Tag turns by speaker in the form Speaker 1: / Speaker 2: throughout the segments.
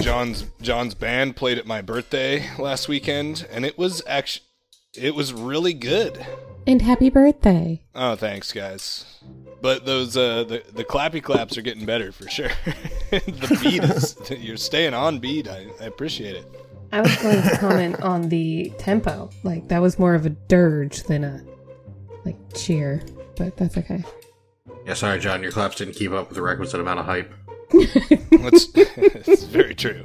Speaker 1: John's John's band played at my birthday last weekend, and it was actually it was really good.
Speaker 2: And happy birthday.
Speaker 1: Oh, thanks, guys. But those uh, the the clappy claps are getting better for sure. the beat is you're staying on beat. I, I appreciate it.
Speaker 2: I was going to comment on the tempo. Like that was more of a dirge than a like cheer, but that's okay.
Speaker 3: Yeah, sorry, John, your claps didn't keep up with the requisite amount of hype.
Speaker 1: That's, that's very true.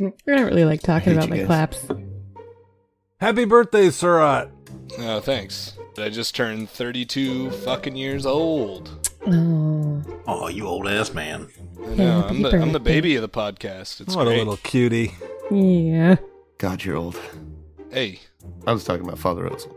Speaker 2: I don't really like talking
Speaker 4: I hate
Speaker 2: about
Speaker 4: you
Speaker 2: my
Speaker 4: guys.
Speaker 2: claps.
Speaker 5: Happy birthday, Surat.
Speaker 1: Oh, thanks. I just turned 32 fucking years old.
Speaker 2: Oh,
Speaker 3: Oh, you old ass man.
Speaker 1: I know, I'm
Speaker 2: Happy
Speaker 1: the I'm the
Speaker 2: birthday.
Speaker 1: baby of the podcast. It's
Speaker 5: what
Speaker 1: great.
Speaker 5: a little cutie.
Speaker 2: yeah.
Speaker 4: God, you're old.
Speaker 1: Hey,
Speaker 4: I was talking about Father Russell.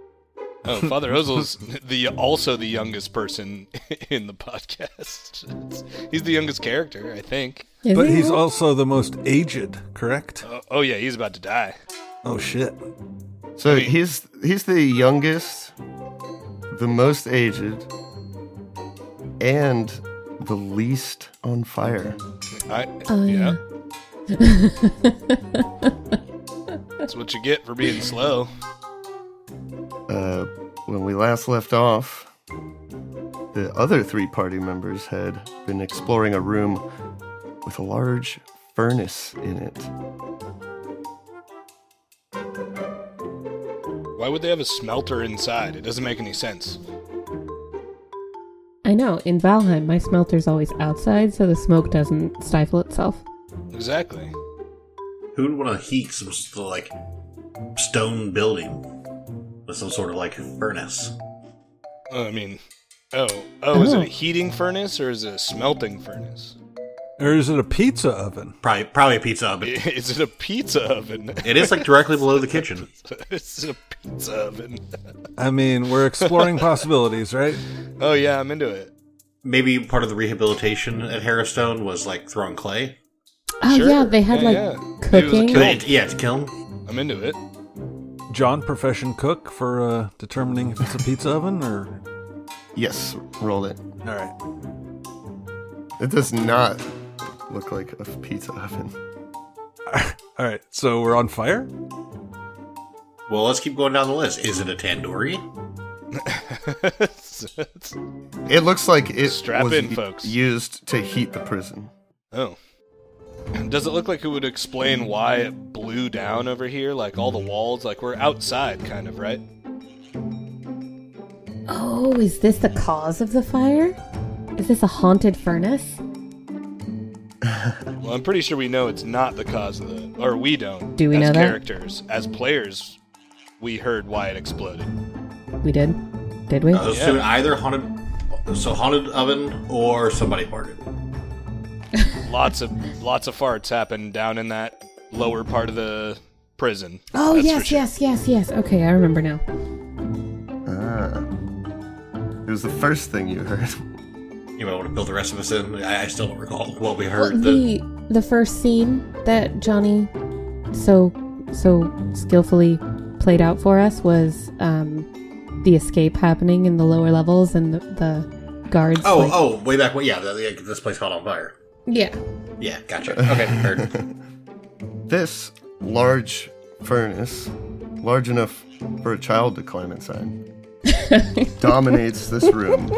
Speaker 1: oh, Father Ozel's the also the youngest person in the podcast. It's- he's the youngest character, I think.
Speaker 2: Is
Speaker 5: But
Speaker 2: he
Speaker 5: he's
Speaker 2: old?
Speaker 5: also the most aged, correct?
Speaker 1: Oh, oh yeah, he's about to die.
Speaker 5: Oh shit.
Speaker 4: So
Speaker 1: Wait.
Speaker 4: he's he's the youngest, the most aged, and the least on fire.
Speaker 1: I
Speaker 2: Oh,
Speaker 1: yeah.
Speaker 2: yeah.
Speaker 1: That's what you get for being slow.
Speaker 4: Uh, when we last left off, the other three party members had been exploring a room with a large furnace in it.
Speaker 1: Why would they have a smelter inside? It doesn't make any sense.
Speaker 2: I know. In Valheim, my smelter's always outside, so the smoke doesn't stifle itself.
Speaker 1: Exactly.
Speaker 3: Who would want to heat some sort of, like stone building with some sort of like furnace?
Speaker 1: Oh, I mean, oh, oh, is it
Speaker 2: Oh.
Speaker 1: a heating furnace or is it a smelting furnace?
Speaker 5: Or is it a pizza oven?
Speaker 3: Probably, probably a pizza oven.
Speaker 1: Is it a pizza oven?
Speaker 3: It is like directly below the kitchen.
Speaker 1: Is it a pizza oven?
Speaker 5: I mean, we're exploring possibilities, right?
Speaker 1: Oh yeah, I'm into it.
Speaker 3: Maybe part of the rehabilitation at Harrowstone was like throwing clay.
Speaker 2: Oh
Speaker 1: Sure.
Speaker 2: yeah, they had
Speaker 1: Yeah,
Speaker 2: like
Speaker 1: yeah. Maybe it was a
Speaker 2: cooking.
Speaker 1: kiln.
Speaker 3: But it, yeah, to kill him.
Speaker 1: I'm into it.
Speaker 5: John, profession cook, for uh, determining if it's a pizza oven or.
Speaker 4: Yes, roll it.
Speaker 5: All right.
Speaker 4: It does not look like a pizza oven.
Speaker 5: All right. So we're on fire?
Speaker 3: Well, let's keep going down the list. Is it a tandoori?
Speaker 4: It looks like it
Speaker 1: Strap
Speaker 4: was
Speaker 1: in,
Speaker 4: u-
Speaker 1: folks.
Speaker 4: used to heat the prison.
Speaker 1: oh. Does it look like it would explain why it blew down over here? Like all the walls, like we're outside, kind of, right?
Speaker 2: Oh, is this the cause of the fire? Is this a haunted furnace?
Speaker 1: Well, I'm pretty sure we know it's not the cause of the, or we don't.
Speaker 2: Do we
Speaker 1: as
Speaker 2: know that?
Speaker 1: characters, as players, we heard why it exploded.
Speaker 2: We did, did we?
Speaker 3: Uh, those two,
Speaker 1: Yeah.
Speaker 3: either haunted, so haunted oven or somebody farted.
Speaker 1: Lots of lots of farts happened down in that lower part of the prison.
Speaker 2: oh
Speaker 1: That's for
Speaker 2: yes,
Speaker 1: sure.
Speaker 2: yes, yes, yes. Okay, I remember now.
Speaker 4: Ah. It was the first thing you heard.
Speaker 3: You might want to build the rest of us in. I, I still don't recall what we
Speaker 2: Well,
Speaker 3: heard. the,
Speaker 2: the the first scene that Johnny so so skillfully played out for us was um, the escape happening in the lower levels and the, the guards.
Speaker 3: oh,
Speaker 2: like-
Speaker 3: oh, way back when. Yeah, the, the- this place caught on fire.
Speaker 2: yeah.
Speaker 3: Yeah, gotcha. Okay, heard.
Speaker 4: This large furnace, large enough for a child to climb inside, dominates this room.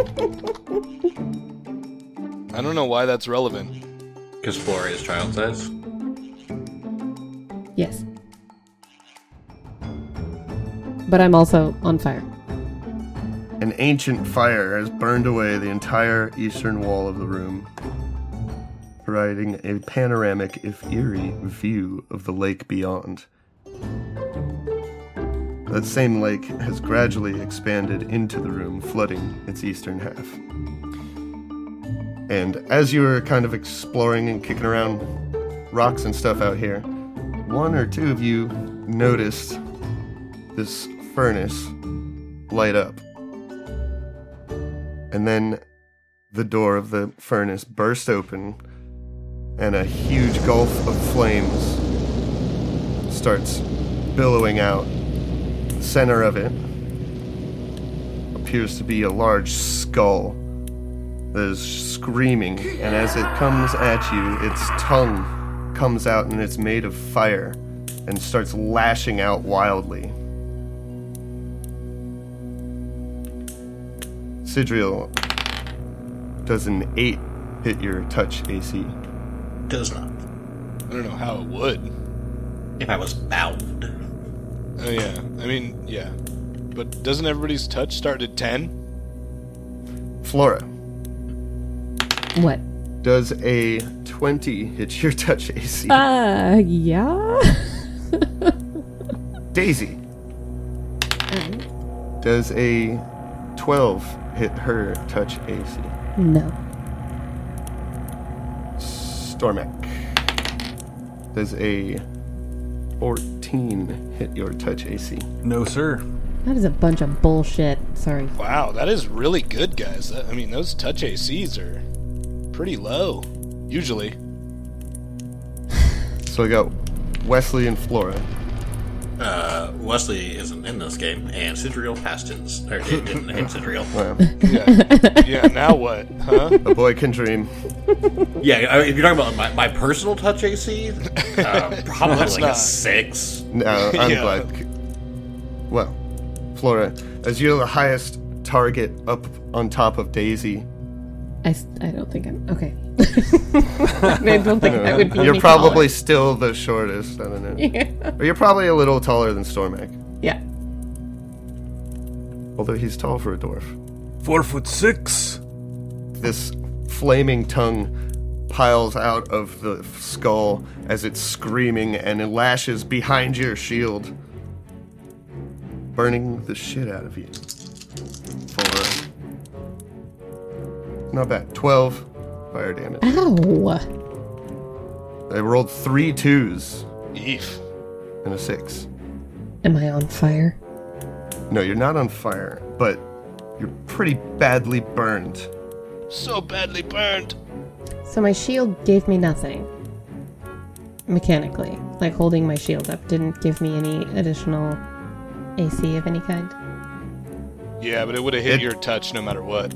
Speaker 1: I don't know why that's relevant.
Speaker 3: Because Flora is child size.
Speaker 2: Yes. But I'm also on fire.
Speaker 4: An ancient fire has burned away the entire eastern wall of the room, providing a panoramic, if eerie, view of the lake beyond. That same lake has gradually expanded into the room, flooding its eastern half. And as you were kind of exploring and kicking around rocks and stuff out here, one or two of you noticed this furnace light up and then the door of the furnace burst open and a huge gulf of flames starts billowing out the center of it appears to be a large skull that is screaming, and as it comes at you, its tongue comes out and it's made of fire and starts lashing out wildly. Sidriel, does an 8 hit your touch AC?
Speaker 3: Does not.
Speaker 1: I don't know how it would.
Speaker 3: If I was bound.
Speaker 1: Oh yeah. I mean, yeah. But doesn't everybody's touch start at ten?
Speaker 4: Flora,
Speaker 2: What?
Speaker 4: does a 20 hit your touch AC?
Speaker 2: Uh, yeah.
Speaker 4: Daisy, does a 12 hit her touch AC?
Speaker 2: no.
Speaker 4: Stormak, does a 14 hit your touch AC?
Speaker 5: No, sir.
Speaker 2: That is a bunch of bullshit. Sorry.
Speaker 1: Wow, that is really good, guys. That, I mean, those touch ACs are pretty low usually.
Speaker 4: So I got Wesley and Flora.
Speaker 3: Uh, Wesley isn't in this game, and Sidriel Hastings. Or did- didn't hit Sidriel.
Speaker 4: Wow.
Speaker 1: Yeah. yeah. Now what? Huh?
Speaker 4: A boy can dream.
Speaker 3: Yeah, I- if you're talking about my, my personal touch AC, uh, probably like a
Speaker 1: not.
Speaker 3: six.
Speaker 4: No, I'm
Speaker 1: Yeah.
Speaker 4: glad. Well, Flora, as you're the highest target up on top of Daisy,
Speaker 2: I, s- I don't think I'm. Okay. I don't think that would be.
Speaker 4: uh, you're
Speaker 2: any
Speaker 4: probably still the shortest. I don't know.
Speaker 2: taller.
Speaker 4: Or you're probably a little taller than Stormak,
Speaker 2: yeah.
Speaker 4: although he's tall for a dwarf.
Speaker 5: Four foot six.
Speaker 4: This flaming tongue piles out of the skull as it's screaming and it lashes behind your shield, burning the shit out of you. Flora. Not bad. 12 fire damage.
Speaker 2: Ow.
Speaker 4: I rolled three twos
Speaker 1: Eef.
Speaker 4: and a six.
Speaker 2: Am I on fire?
Speaker 4: No, you're not on fire, but you're pretty badly burned.
Speaker 1: So badly burned.
Speaker 2: So my shield gave me nothing. Mechanically. Like holding my shield up didn't give me any additional AC of any kind.
Speaker 1: Yeah, but it would have hit
Speaker 4: It-
Speaker 1: your touch no matter what.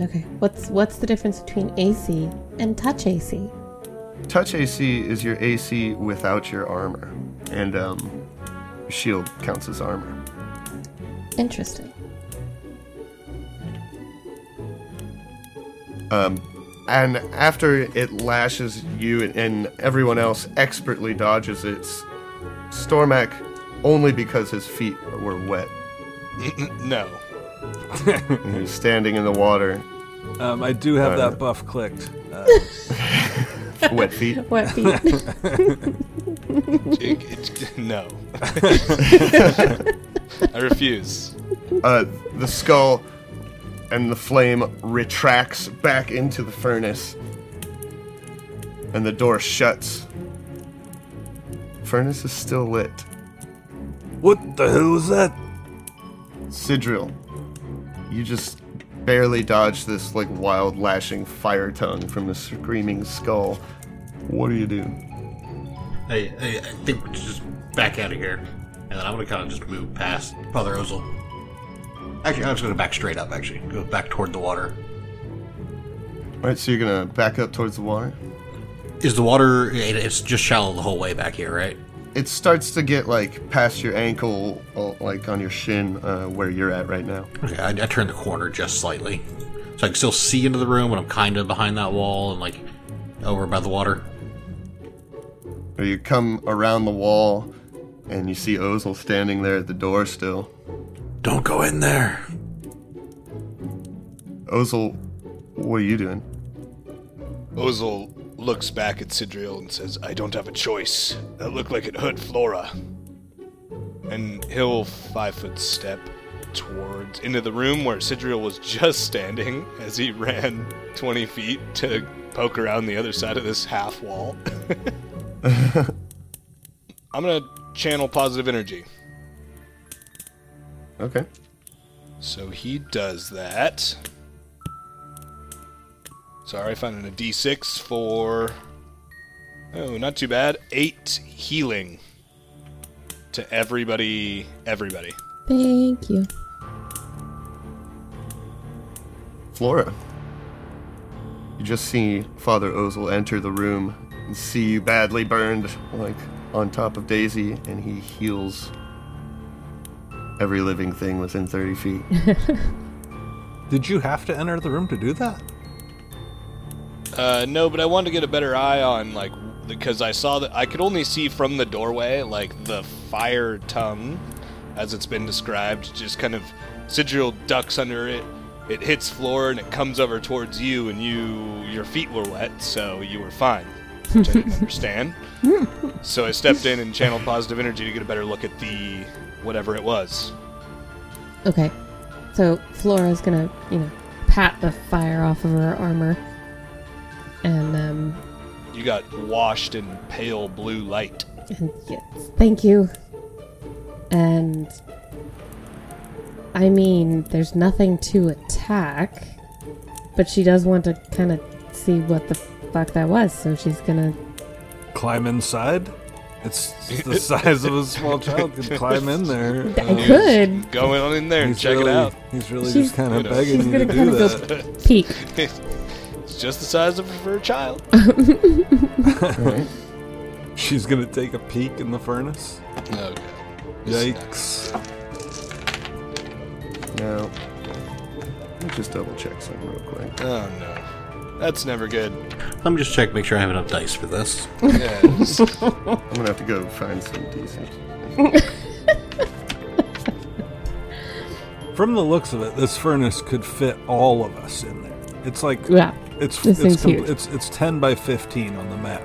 Speaker 2: Okay. What's what's the difference between AC and touch AC?
Speaker 4: Touch AC is your AC without your armor, and um, your shield counts as armor.
Speaker 2: Interesting.
Speaker 4: And after it lashes you and, and everyone else expertly dodges it, S- Stormak, only because his feet were wet
Speaker 1: No.
Speaker 4: and he was standing in the water,
Speaker 5: Um, I do have that buff clicked. Uh,
Speaker 4: wet feet.
Speaker 2: What feet?
Speaker 1: It- it- no. I refuse.
Speaker 4: uh, the skull and the flame retracts back into the furnace, and the door shuts. Furnace is still lit.
Speaker 5: what the hell was that?
Speaker 4: Sidril, you just barely dodged this like wild lashing fire tongue from the screaming skull. What do you do?
Speaker 3: I, I, I think we should just back out of here, and then I'm gonna kind of just move past Father Ozel. Actually, I'm just gonna back straight up. Actually, go back toward the water.
Speaker 4: All right, so you're gonna back up towards the water.
Speaker 3: Is the water? It, it's just shallow the whole way back here, right?
Speaker 4: It starts to get like past your ankle, uh, like on your shin, uh, where you're at right now.
Speaker 3: Okay, I, I turned the corner just slightly, so I can still see into the room, but I'm kind of behind that wall and like over by the water.
Speaker 4: Or you come around the wall and you see Ozel standing there at the door still.
Speaker 3: Don't go in there.
Speaker 4: Ozel, what are you doing?
Speaker 1: Ozel looks back at Sidriel and says, I don't have a choice. That looked like it hurt Flora. And he'll five foot step towards into the room where Sidriel was just standing as he ran 20 feet to poke around the other side of this half wall. I'm going to channel positive energy.
Speaker 4: Okay.
Speaker 1: So he does that. Sorry, finding a d6 for. Oh, not too bad. Eight healing to everybody. Everybody.
Speaker 2: Thank you.
Speaker 4: Flora, You just see Father Ozel enter the room and see you badly burned, like on top of Daisy, and he heals every living thing within 30 feet.
Speaker 5: Did you have to enter the room to do that?
Speaker 1: Uh, no, but I wanted to get a better eye on like because I saw that I could only see from the doorway like the fire tongue, as it's been described, just kind of sigil ducks under it. It hits floor and it comes over towards you, and you your feet were wet, so you were fine. Which I didn't understand. So I stepped in and channeled positive energy to get a better look at the whatever it was.
Speaker 2: Okay. So Flora's gonna, you know, pat the fire off of her armor. And um
Speaker 1: You got washed in pale blue light.
Speaker 2: and yes. Thank you. And I mean, there's nothing to attack, but she does want to kind of see what the fuck that was, so she's gonna
Speaker 5: Climb inside? It's the size of a small child could climb in there.
Speaker 2: I could.
Speaker 1: Go on in there and
Speaker 5: He's
Speaker 1: check
Speaker 5: really,
Speaker 1: it out.
Speaker 5: He's really
Speaker 2: She's-
Speaker 5: just kind
Speaker 1: You
Speaker 5: of
Speaker 1: know.
Speaker 5: begging
Speaker 2: She's
Speaker 5: you to
Speaker 2: gonna
Speaker 5: do
Speaker 2: kind
Speaker 5: that.
Speaker 2: of go peek.
Speaker 1: It's just the size of for a child.
Speaker 5: She's gonna take a peek in the furnace.
Speaker 1: Okay.
Speaker 5: Yikes!
Speaker 4: now, let me just double check something real quick.
Speaker 1: Oh no, that's never good.
Speaker 3: Let me just check, make sure I have enough dice for this.
Speaker 1: Yes.
Speaker 4: I'm gonna have to go find some decent.
Speaker 5: From the looks of it, this furnace could fit all of us in there. It's like
Speaker 2: Yeah.
Speaker 5: it's
Speaker 2: This
Speaker 5: it's,
Speaker 2: thing's
Speaker 5: com-
Speaker 2: huge.
Speaker 5: it's it's ten by fifteen on the map.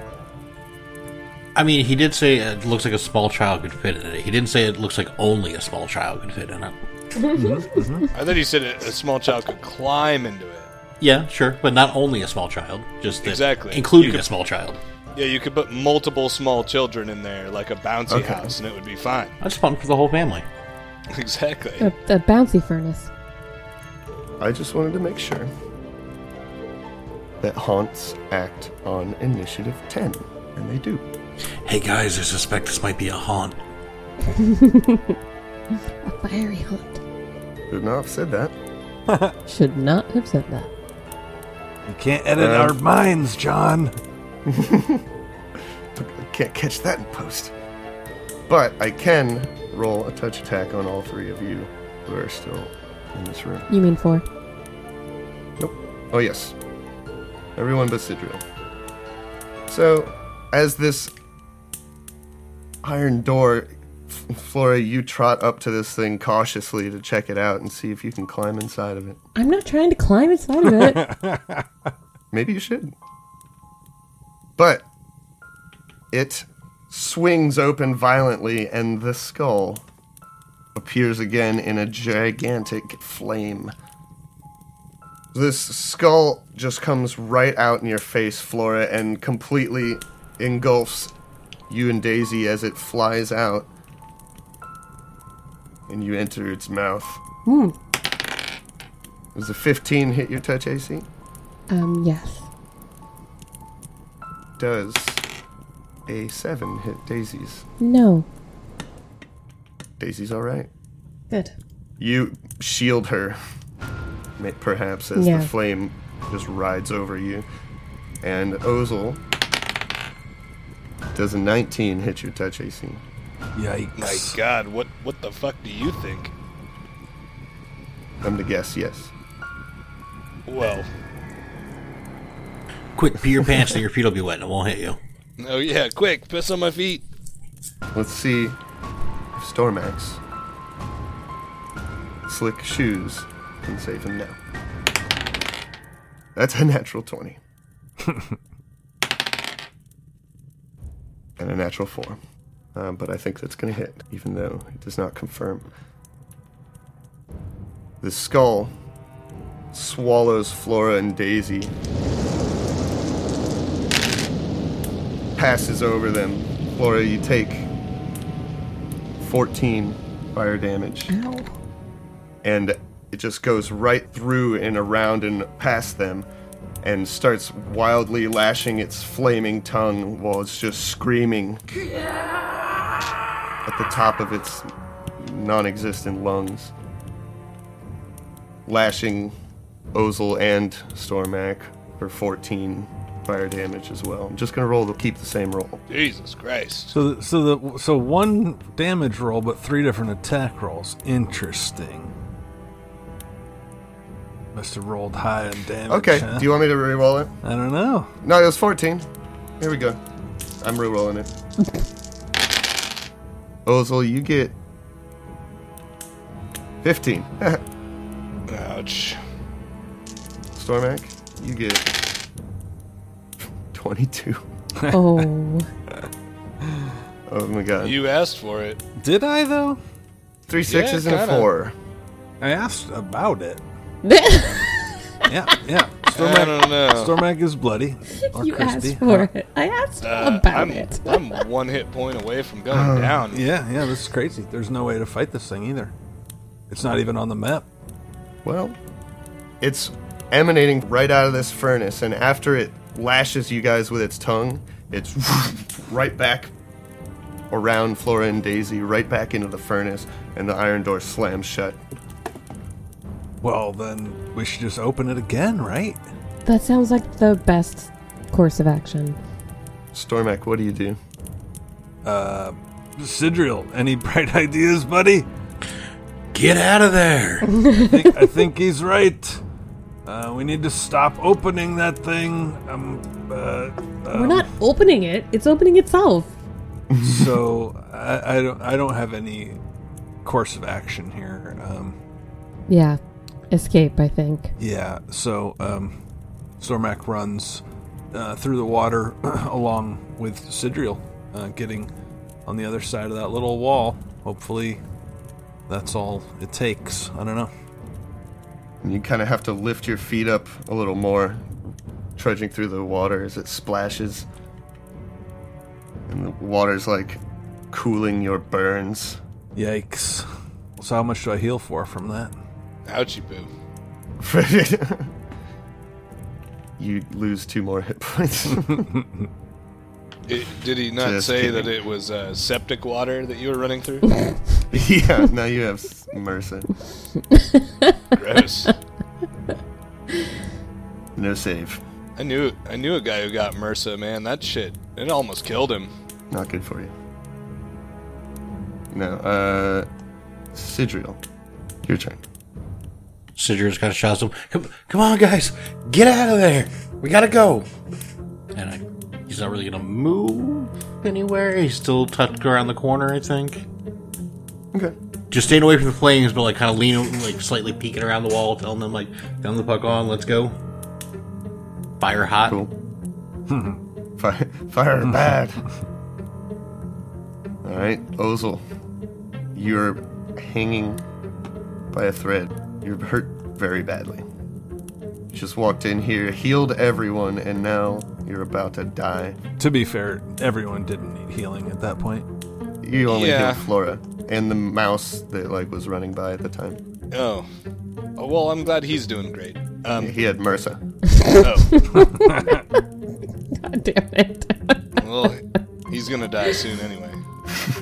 Speaker 3: I mean, he did say it looks like a small child could fit in it. He didn't say it looks like only a small child could fit in it.
Speaker 1: I thought you said a, a small child could climb into it.
Speaker 3: Yeah, sure, but not only a small child, just that-
Speaker 1: Exactly.
Speaker 3: including
Speaker 1: You could-
Speaker 3: a small child.
Speaker 1: Yeah, you could put multiple small children in there, like a bouncy
Speaker 4: Okay.
Speaker 1: house, and it would be fine.
Speaker 3: That's fun for the whole family.
Speaker 1: Exactly.
Speaker 2: A, a bouncy furnace.
Speaker 4: I just wanted to make sure that haunts act on initiative 10, and they do.
Speaker 3: Hey guys, I suspect this might be a haunt.
Speaker 2: A fiery hunt.
Speaker 4: Could not have said that.
Speaker 2: Should not have said that.
Speaker 5: Mm-hmm. You can't edit
Speaker 1: Uh,
Speaker 4: Um,
Speaker 5: our minds, John.
Speaker 4: I can't catch that in post. But I can roll a touch attack on all three of you who are still in this room.
Speaker 2: You mean four?
Speaker 4: Nope. Oh, yes. Everyone but Sidriel. So, as this iron door, F- Flora, you trot up to this thing cautiously to check it out and see if you can climb inside of it.
Speaker 2: I'm not trying to climb inside of it.
Speaker 4: Maybe you should. But it swings open violently, and the skull appears again in a gigantic flame. This skull just comes right out in your face, Flora, and completely engulfs you and Daisy as it flies out. And you enter its mouth. Hmm. Does a 15 hit your touch AC?
Speaker 2: um, yes.
Speaker 4: Does a seven hit Daisy's?
Speaker 2: No.
Speaker 4: Daisy's all right.
Speaker 2: Good.
Speaker 4: You shield her, ma- perhaps, as
Speaker 2: Yeah.
Speaker 4: the flame just rides over you. And Ozel does a 19 hit your touch AC?
Speaker 5: Yikes!
Speaker 1: My God, what what the fuck do you think?
Speaker 4: I'm to guess, yes.
Speaker 1: Well,
Speaker 3: Quick, pee your pants and your feet will be wet and it won't hit you.
Speaker 1: oh yeah, quick, piss on my feet.
Speaker 4: Let's see if Stormax Slick Shoes can save him now. That's a natural 20. and a natural 4. Uh, but I think that's going to hit, even though it does not confirm. The skull swallows Flora and Daisy, passes over them. Flora, you take 14 fire damage
Speaker 2: Ow.
Speaker 4: and it just goes right through and around and past them and starts wildly lashing its flaming tongue while it's just screaming at the top of its non existent lungs. Lashing Ozel and Stormak or 14 fire damage as well. I'm just gonna roll to keep the same roll.
Speaker 1: Jesus Christ.
Speaker 5: So, the, so the so one damage roll, but three different attack rolls. Interesting. Must have rolled high in damage.
Speaker 4: Okay,
Speaker 5: huh?
Speaker 4: do you want me to re-roll it?
Speaker 5: I don't know.
Speaker 4: No, it was 14. Here we go. I'm re-rolling it. Ozel, you get 15.
Speaker 1: Ouch.
Speaker 4: Stormac, you get 22.
Speaker 2: Oh,
Speaker 4: Oh my god.
Speaker 1: You asked for it.
Speaker 5: Did I though?
Speaker 4: Three sixes and
Speaker 1: kinda.
Speaker 4: a four.
Speaker 5: I asked about it. Yeah, yeah.
Speaker 1: I
Speaker 5: Stormac,
Speaker 1: don't know.
Speaker 5: Stormac is bloody or
Speaker 2: you
Speaker 5: crispy.
Speaker 2: asked for it. I asked
Speaker 1: Uh,
Speaker 2: about
Speaker 1: I'm,
Speaker 2: it.
Speaker 1: I'm one hit point away from going down.
Speaker 5: Yeah, yeah. This is crazy. There's no way to fight this thing either. It's not even on the map.
Speaker 4: Well, it's emanating right out of this furnace, and after it lashes you guys with its tongue, it's right back around Flora and Daisy, right back into the furnace, and the iron door slams shut.
Speaker 5: Well, then we should just open it again, right?
Speaker 2: That sounds like the best course of action.
Speaker 4: Stormac, what do you do?
Speaker 5: Sidriel, any bright ideas, buddy?
Speaker 3: Get out of there!
Speaker 5: I think, I think he's right. Uh, we need to stop opening that thing. Um, uh,
Speaker 2: We're not opening it. It's opening itself.
Speaker 5: so I, I don't. I don't have any course of action here. Um,
Speaker 2: Yeah. Escape, I think.
Speaker 5: Yeah, so um, Stormak runs uh, through the water along with Sidriel, uh, getting on the other side of that little wall. Hopefully, that's all it takes. I don't know.
Speaker 4: And you kind of have to lift your feet up a little more, trudging through the water as it splashes. And the water's like cooling your burns.
Speaker 5: Yikes. So, how much do I heal for from that?
Speaker 1: Ouchie boo.
Speaker 4: you lose two more hit points.
Speaker 1: It, did he not
Speaker 4: Just
Speaker 1: say
Speaker 4: kidding.
Speaker 1: that it was uh, septic water that you were running through?
Speaker 4: yeah, now you have s- MRSA.
Speaker 1: Gross.
Speaker 4: No save.
Speaker 1: I knew I knew a guy who got MRSA, man. That shit, it almost killed him.
Speaker 4: Not good for you. No, uh. Sidriel, your turn.
Speaker 3: Sidger's kind of shouts to him, come, come on, guys, get out of there. We gotta go. And I, he's not really gonna move anywhere. He's still tucked around the corner, I think.
Speaker 4: Okay.
Speaker 3: Just staying away from the flames, but like kind of leaning, like slightly peeking around the wall, telling them like, "Down the puck on, let's go." Fire hot.
Speaker 4: Cool. fire, fire bad. All right, Ozel, you're hanging by a thread. You're hurt very badly. You Just walked in here, healed everyone, and now you're about to die.
Speaker 5: To be fair, everyone didn't need healing at that point.
Speaker 4: You only
Speaker 1: Yeah.
Speaker 4: healed Flora and the mouse that like was running by at the time.
Speaker 1: Oh. oh well, I'm glad he's doing great. Um,
Speaker 4: He had MRSA.
Speaker 1: oh,
Speaker 2: God damn it.
Speaker 1: well, he's gonna die soon anyway.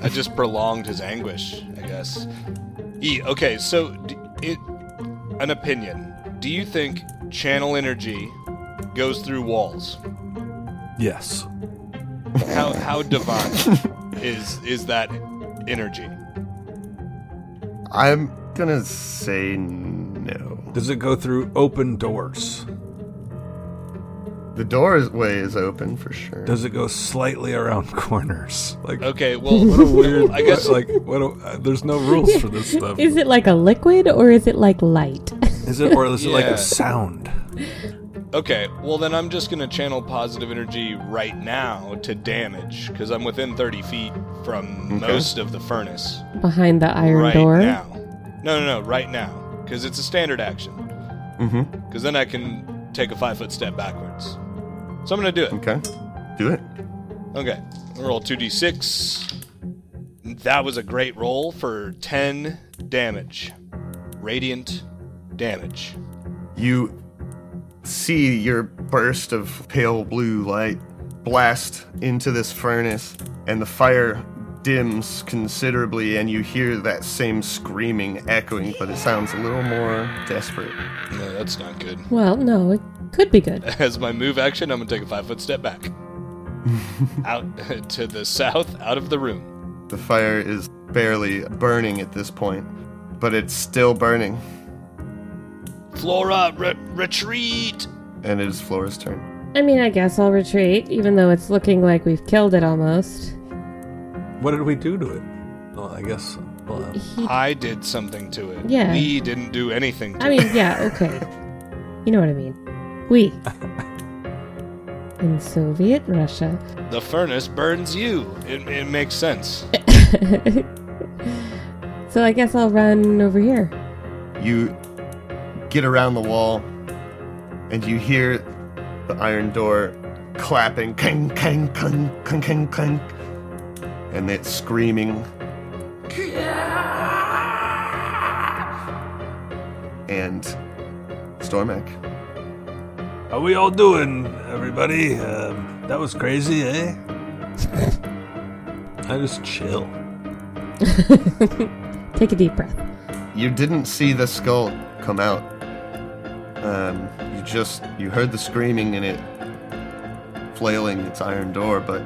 Speaker 1: I just prolonged his anguish, I guess. E. Okay, so d- it an opinion. Do you think channel energy goes through walls?
Speaker 5: Yes.
Speaker 1: How how divine is is that energy?
Speaker 4: I'm gonna say no.
Speaker 5: Does it go through open doors?
Speaker 4: The doorway is open for sure.
Speaker 5: Does it go slightly around corners? Like,
Speaker 1: Okay, well,
Speaker 5: what a weird.
Speaker 1: I guess
Speaker 5: like, what a, uh, there's no rules for this stuff.
Speaker 2: Is it like a liquid or is it like light?
Speaker 5: Is it or is it like
Speaker 1: Yeah.
Speaker 5: a sound?
Speaker 1: Okay, well then I'm just gonna channel positive energy right now to damage because I'm within 30 feet from most of the furnace
Speaker 2: Behind the iron
Speaker 1: right
Speaker 2: door?
Speaker 1: now. No, no, no, right now because it's a standard action. Mm-hmm. Because then I can take a five foot step backwards. So I'm gonna do it.
Speaker 4: Okay, do it.
Speaker 1: Okay, I'm gonna roll 2d6. That was a great roll for 10 damage, radiant damage.
Speaker 4: You see your burst of pale blue light blast into this furnace, and the fire dims considerably, and you hear that same screaming echoing, but it sounds a little more desperate.
Speaker 1: No, that's not good.
Speaker 2: Well, no, it Could be good.
Speaker 1: As my move action, I'm gonna take a five foot step back. out to the south, out of the room.
Speaker 4: The fire is barely burning at this point, but it's still burning,
Speaker 1: Flora, re- retreat!
Speaker 4: and it is Flora's turn.
Speaker 2: I mean, I guess I'll retreat, even though it's looking like we've killed it almost.
Speaker 5: What did we do to it? Well, I guess. Well, uh,
Speaker 2: He,
Speaker 1: I did something to it.
Speaker 2: Yeah.
Speaker 1: We didn't do anything to
Speaker 2: I mean, yeah, okay. You know what I mean. We. In Soviet Russia.
Speaker 1: it. The furnace burns you. It, it makes sense.
Speaker 2: Eh. So I guess I'll run over here.
Speaker 4: You get around the wall, and you hear the iron door clapping, clang, clang, clang, clang, clang, clang, and it's screaming. And Stormak,
Speaker 5: how we all doing, everybody? Um, that was crazy, eh? I just chill.
Speaker 2: Take a deep breath.
Speaker 4: you didn't see the skull come out. Um, you just you heard the screaming and it flailing its iron door, but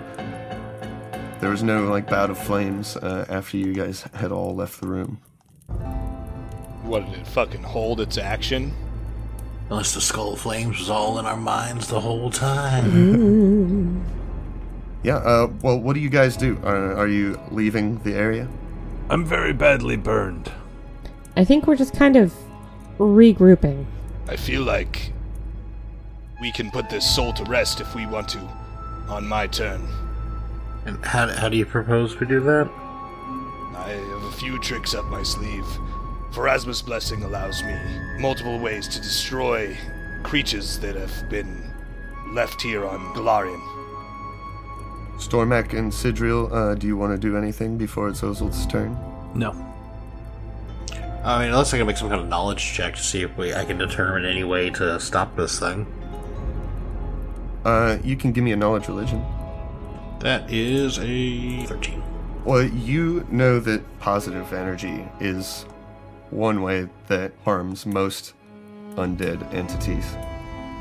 Speaker 4: there was no like bout of flames uh, after you guys had all left the room.
Speaker 1: What did it fucking hold its action?
Speaker 3: Unless the skull of flames was all in our minds the whole time.
Speaker 4: Yeah. Uh, well, what do you guys do? Are, are you leaving the area?
Speaker 5: I'm very badly burned.
Speaker 2: I think we're just kind of regrouping.
Speaker 1: I feel like we can put this soul to rest if we want to on my turn.
Speaker 3: And how, how do you propose we do that?
Speaker 1: I have a few tricks up my sleeve. Pharasma's blessing allows me multiple ways to destroy creatures that have been left here on Galarian.
Speaker 4: Stormak and Sidriel, uh, do you want to do anything before it's Ozil's turn?
Speaker 5: No.
Speaker 3: I mean, unless I can make some kind of knowledge check to see if we, I can determine any way to stop this thing.
Speaker 4: Uh, you can give me a knowledge religion.
Speaker 3: That is a 13.
Speaker 4: Well, you know that positive energy is one way that harms most undead entities,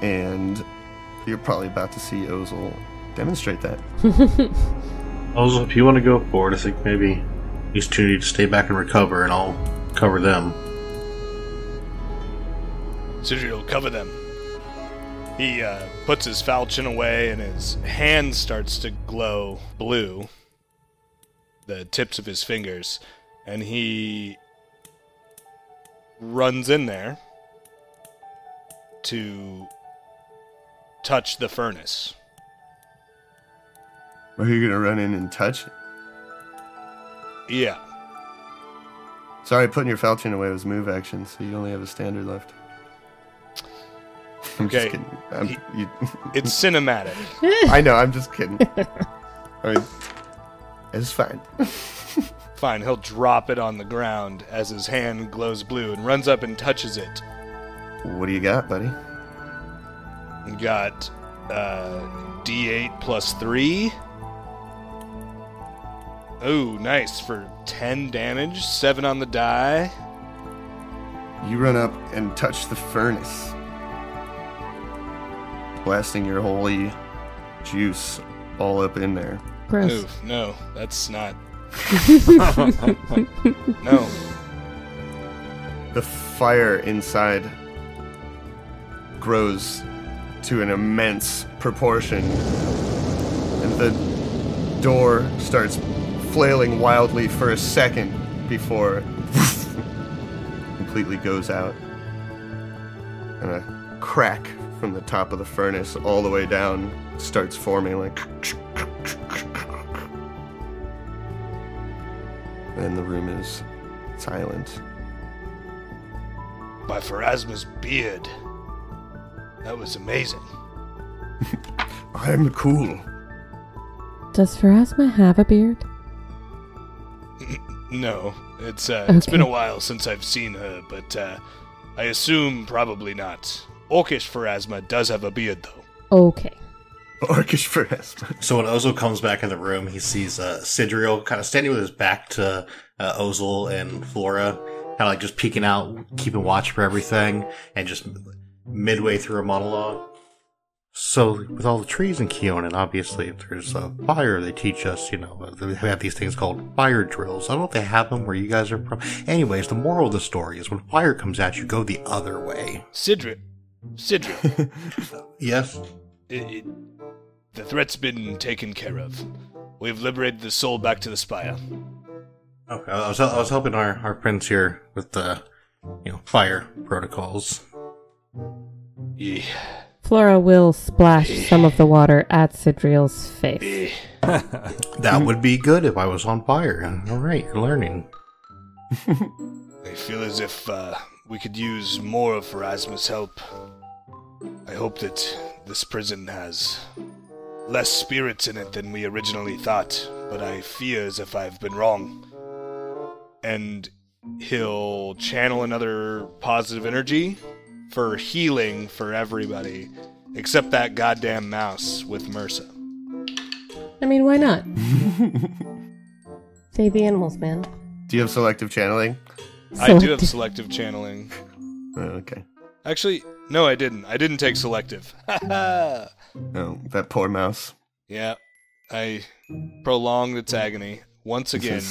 Speaker 4: and you're probably about to see Ozil demonstrate that.
Speaker 3: Also, if you want to go for it, I think maybe these two need to stay back and recover, and I'll cover them.
Speaker 1: Sidriel, cover them. He uh, puts his falchion away and his hand starts to glow blue, the tips of his fingers, and he runs in there to touch the furnace.
Speaker 4: Are you gonna run in and touch it?
Speaker 1: Yeah.
Speaker 4: Sorry, putting your falchion away was move action, so you only have a standard left. I'm
Speaker 1: Okay.
Speaker 4: just kidding. I'm,
Speaker 1: He-
Speaker 4: you,
Speaker 1: It's cinematic.
Speaker 4: I know, I'm just kidding. I mean, it's fine.
Speaker 1: Fine, he'll drop it on the ground as his hand glows blue and runs up and touches it.
Speaker 4: What do you got, buddy?
Speaker 1: Got uh, D8 plus 3. Oh, nice. For 10 damage, 7 on the die.
Speaker 4: You run up and touch the furnace, blasting your holy juice all up in there.
Speaker 2: Gross.
Speaker 1: Ooh, no, that's not. no.
Speaker 4: The fire inside grows to an immense proportion, and the door starts flailing wildly for a second before completely goes out. And a crack from the top of the furnace all the way down starts forming like. And the room is silent.
Speaker 1: By Pharasma's beard. That was amazing.
Speaker 4: I'm cool.
Speaker 2: Does Pharasma have a beard?
Speaker 1: No, it's uh, it's been a
Speaker 2: Okay.
Speaker 1: while since I've seen her, but uh, I assume probably not. Orcish Pharasma does have a beard, though.
Speaker 2: Okay.
Speaker 4: Orcish for Esma.
Speaker 3: So when Ozil comes back in the room, he sees uh, Sidriel kind of standing with his back to uh, Ozil and Flora, kind of like just peeking out, keeping watch for everything, and just midway through a monologue, So, with all the trees in Keonan, obviously, if there's a fire, they teach us, you know, uh, they have these things called fire drills. I don't know if they have them where you guys are from. Anyways, the moral of the story is when fire comes at you, go the other way.
Speaker 1: Sidra, Sidra,
Speaker 3: Yes?
Speaker 1: it, it, the threat's been taken care of. We've liberated the soul back to the spire.
Speaker 3: Okay, I was, I was helping our, our friends here with the, you know, fire protocols.
Speaker 1: Eh,
Speaker 2: Flora will splash some of the water at Sidriel's face.
Speaker 1: eh.
Speaker 3: That would be good if I was on fire. All right, you're learning.
Speaker 1: I feel as if uh, we could use more of Erasmus' help. I hope that this prison has less spirits in it than we originally thought, but I fear as if I've been wrong. And he'll channel another positive energy for healing for everybody, except that goddamn mouse with MRSA.
Speaker 2: I mean, why not? Save the animals, man.
Speaker 4: Do you have selective channeling?
Speaker 1: I do have
Speaker 2: Selective.
Speaker 1: selective channeling.
Speaker 4: Oh, okay.
Speaker 1: Actually, no, I didn't. I didn't take selective. Ha ha!
Speaker 4: Oh, that poor mouse.
Speaker 1: Yeah, I prolonged its agony once again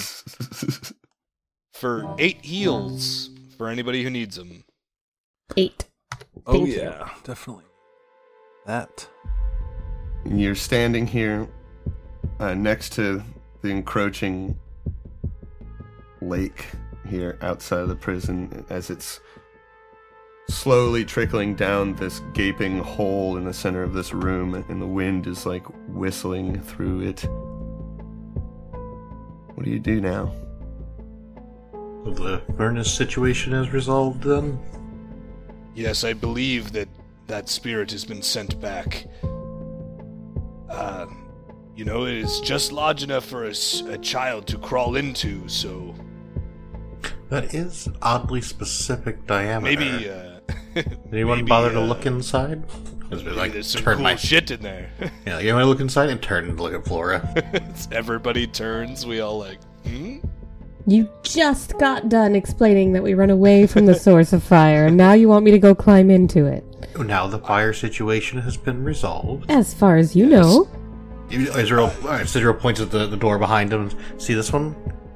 Speaker 1: for eight heals for anybody who needs them.
Speaker 2: Eight.
Speaker 5: Oh
Speaker 2: Thank you.
Speaker 5: yeah, definitely. That.
Speaker 4: You're standing here uh, next to the encroaching lake here outside of the prison as it's slowly trickling down this gaping hole in the center of this room, and the wind is like whistling through it. What do you do now?
Speaker 3: The furnace situation is resolved um, then?
Speaker 1: Yes, I believe that that spirit has been sent back. Uh, you know, it is just large enough for a, s- a child to crawl into, so
Speaker 3: That is oddly specific diameter.
Speaker 1: maybe. Uh,
Speaker 3: Did anyone
Speaker 1: maybe,
Speaker 3: bother to
Speaker 1: uh,
Speaker 3: look inside? 'Cause we,
Speaker 1: maybe
Speaker 3: like,
Speaker 1: there's some
Speaker 3: turn
Speaker 1: cool
Speaker 3: my-
Speaker 1: shit in there.
Speaker 3: Yeah, like, anyone look inside and turn and look at Flora.
Speaker 1: Everybody turns. We all like, hmm.
Speaker 2: You just got done explaining that we run away from the source of fire, and now you want me to go climb into it.
Speaker 3: now the fire situation has been resolved.
Speaker 2: As far as you know,
Speaker 3: Israel, uh, Sidra points at the, the door behind him. and, See this one?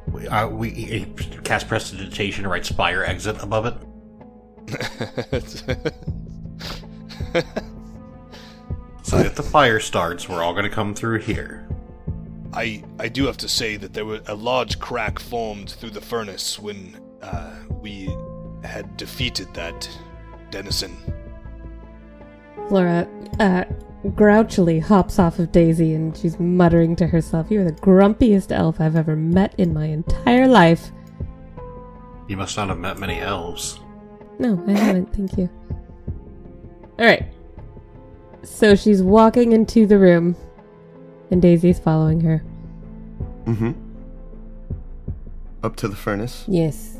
Speaker 3: We, uh, we he casts prestidigitation and writes fire exit above it. So if the fire starts, we're all going to come through here.
Speaker 1: I I do have to say that there was a large crack formed through the furnace when uh, we had defeated that denizen.
Speaker 2: Flora uh, grouchily hops off of Daisy and she's muttering to herself, You're the grumpiest elf I've ever met in my entire life.
Speaker 3: You must not have met many elves.
Speaker 2: No, I haven't. Thank you. All right. So she's walking into the room, and Daisy's following her.
Speaker 4: Mm-hmm. Up to the furnace.
Speaker 2: Yes.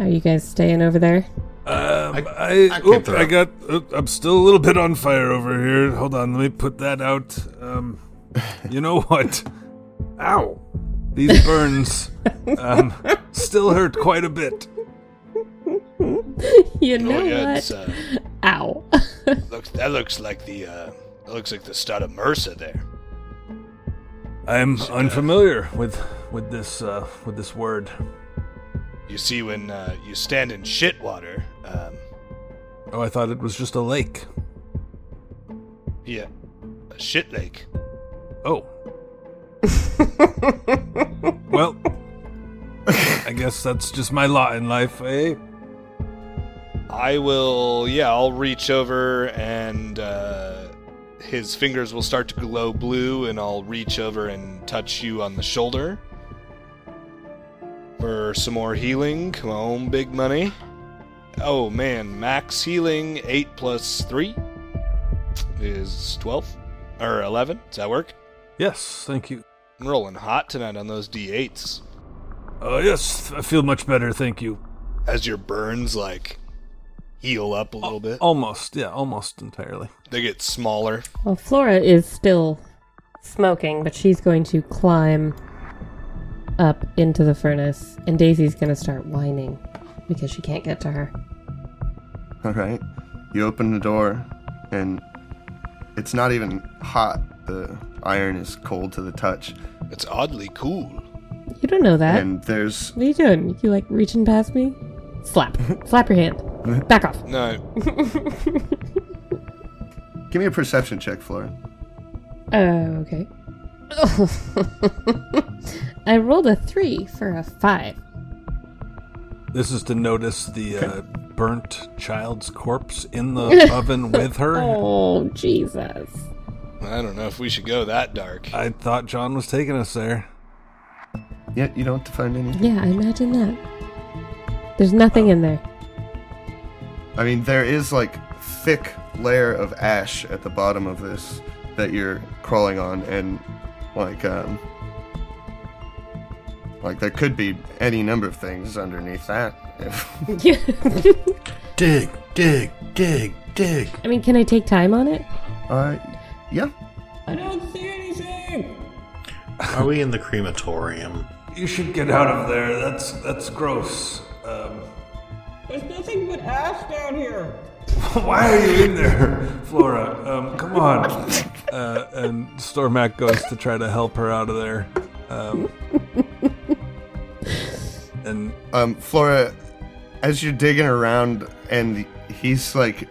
Speaker 2: Are you guys staying over there?
Speaker 5: Um,
Speaker 3: I
Speaker 5: I
Speaker 3: can't
Speaker 5: oop,
Speaker 3: throw.
Speaker 5: I got. oop, I'm still a little bit on fire over here. Hold on, let me put that out. Um, you know what? Ow! These burns um, still hurt quite a bit.
Speaker 2: you know
Speaker 1: oh yeah,
Speaker 2: what?
Speaker 1: it's, uh,
Speaker 2: Ow.
Speaker 1: looks that looks like the uh, that looks like the start of MRSA there.
Speaker 5: I'm unfamiliar with with this uh, with this word.
Speaker 1: You see, when uh, you stand in shit water, um,
Speaker 5: Oh, I thought it was just a lake.
Speaker 1: yeah, a shit lake.
Speaker 5: Oh. well, I guess that's just my lot in life, eh?
Speaker 1: I will, yeah, I'll reach over and uh, his fingers will start to glow blue, and I'll reach over and touch you on the shoulder for some more healing. Come on, big money. Oh man, max healing 8 plus 3 is 12 or 11. Does that work?
Speaker 5: Yes, thank you.
Speaker 1: I'm rolling hot tonight on those d8s.
Speaker 5: Oh, yes, I feel much better, thank you.
Speaker 1: As your burns like heal up a
Speaker 5: Oh,
Speaker 1: little bit,
Speaker 5: Almost, yeah, almost entirely.
Speaker 1: they get smaller.
Speaker 2: well, Flora is still smoking, but she's going to climb up into the furnace, and Daisy's going to start whining because she can't get to her.
Speaker 4: All right. You open the door. and it's not even hot. The iron is cold to the touch,
Speaker 1: It's oddly cool.
Speaker 2: You don't know that.
Speaker 4: and there's
Speaker 2: What are you doing? You like reaching past me? Slap. Slap your hand. Back off.
Speaker 1: No,
Speaker 4: give me a perception check, Flora.
Speaker 2: Uh, okay. I rolled a three for a five.
Speaker 5: This is to notice the uh, burnt child's corpse in the oven with her.
Speaker 2: Oh, Jesus.
Speaker 1: I don't know if we should go that dark.
Speaker 5: I thought John was taking us there.
Speaker 4: Yet you don't have to find any.
Speaker 2: Yeah, I imagine that. There's nothing in there.
Speaker 4: I mean, there is like thick layer of ash at the bottom of this that you're crawling on, and like um, like there could be any number of things underneath that. If,
Speaker 3: Dig, dig, dig, dig.
Speaker 2: I mean, can I take time on it?
Speaker 4: uh, yeah,
Speaker 3: Are we in the crematorium?
Speaker 5: You should get out of there. That's that's gross. Um,
Speaker 6: There's nothing but ash down here.
Speaker 5: why are you in there, Flora? Um, come on. Uh, and Stormac goes to try to help her out of there. Um, and
Speaker 4: um, Flora, as you're digging around, and he's like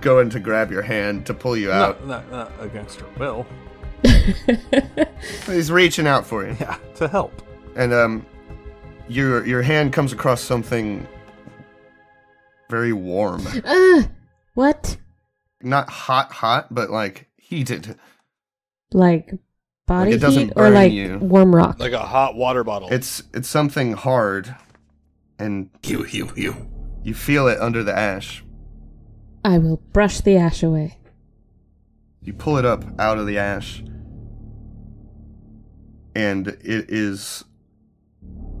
Speaker 4: going to grab your hand to pull you out.
Speaker 5: not, not, not against her will.
Speaker 4: He's reaching out for you.
Speaker 5: Yeah, to help.
Speaker 4: and um, your your hand comes across something very warm,
Speaker 2: Ugh! What?
Speaker 4: not hot, hot, but like heated.
Speaker 2: Like body
Speaker 4: Like, it doesn't
Speaker 2: heat or
Speaker 4: burn
Speaker 2: like
Speaker 4: you.
Speaker 2: warm rock?
Speaker 1: Like a hot water bottle.
Speaker 4: It's it's something hard, and
Speaker 3: Hew, hew, hew.
Speaker 4: you feel it under the ash.
Speaker 2: I will brush the ash away.
Speaker 4: You pull it up out of the ash, and it is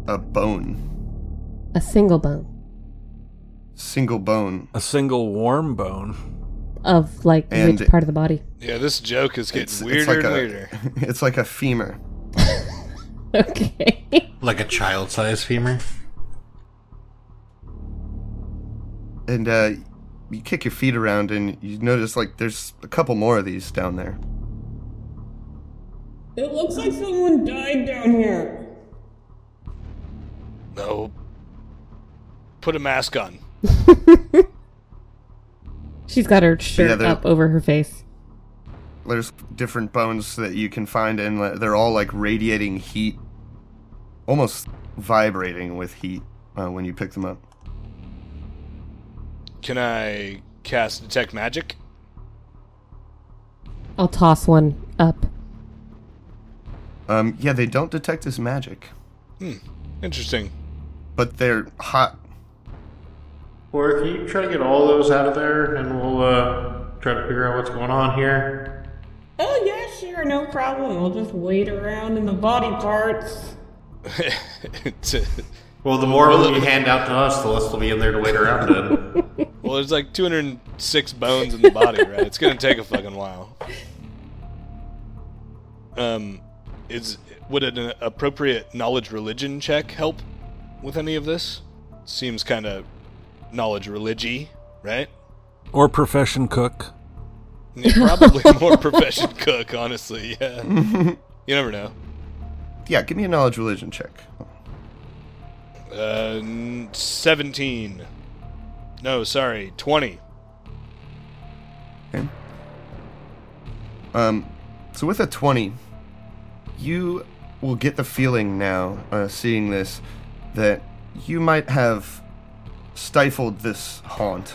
Speaker 4: a bone,
Speaker 2: A single bone
Speaker 4: single bone.
Speaker 5: A single warm bone.
Speaker 2: of like
Speaker 4: And-
Speaker 2: which part of the body?
Speaker 1: yeah, this joke is getting
Speaker 4: It's,
Speaker 1: weirder
Speaker 4: it's like
Speaker 1: and
Speaker 4: a
Speaker 1: weirder.
Speaker 4: it's like a femur.
Speaker 2: Okay.
Speaker 3: Like a child sized femur?
Speaker 4: and uh, you kick your feet around and you notice like there's a couple more of these down there
Speaker 6: It looks like someone died down here.
Speaker 1: No. Put a mask on.
Speaker 2: She's got her shirt
Speaker 4: they're-
Speaker 2: up over her face.
Speaker 4: there's different bones that you can find and like, they're all like radiating heat almost vibrating with heat uh, when you pick them up
Speaker 1: Can I cast detect magic?
Speaker 2: I'll toss one up.
Speaker 4: um, yeah they don't detect as magic
Speaker 1: Interesting.
Speaker 4: but they're hot
Speaker 3: Or can you try to get all those out of there and we'll uh, try to figure out what's going on here?
Speaker 6: Oh, yeah, sure, no problem. We'll just wait around in the body parts.
Speaker 1: It's-
Speaker 3: Well, the more of them you hand out to us, the less will be in there to wait around in.
Speaker 1: well, there's like 206 bones in the body, right? It's gonna take a fucking while. Um, is would an appropriate knowledge religion check help with any of this? Seems kind of knowledge religy, right?
Speaker 5: Or profession cook.
Speaker 1: Yeah, probably more profession cook, honestly. Yeah, you never know.
Speaker 4: yeah give me a knowledge religion check
Speaker 1: Uh, n- 17. No, sorry, 20.
Speaker 4: Okay. Um, so with a 20, you will get the feeling now, uh, seeing this, that you might have stifled this haunt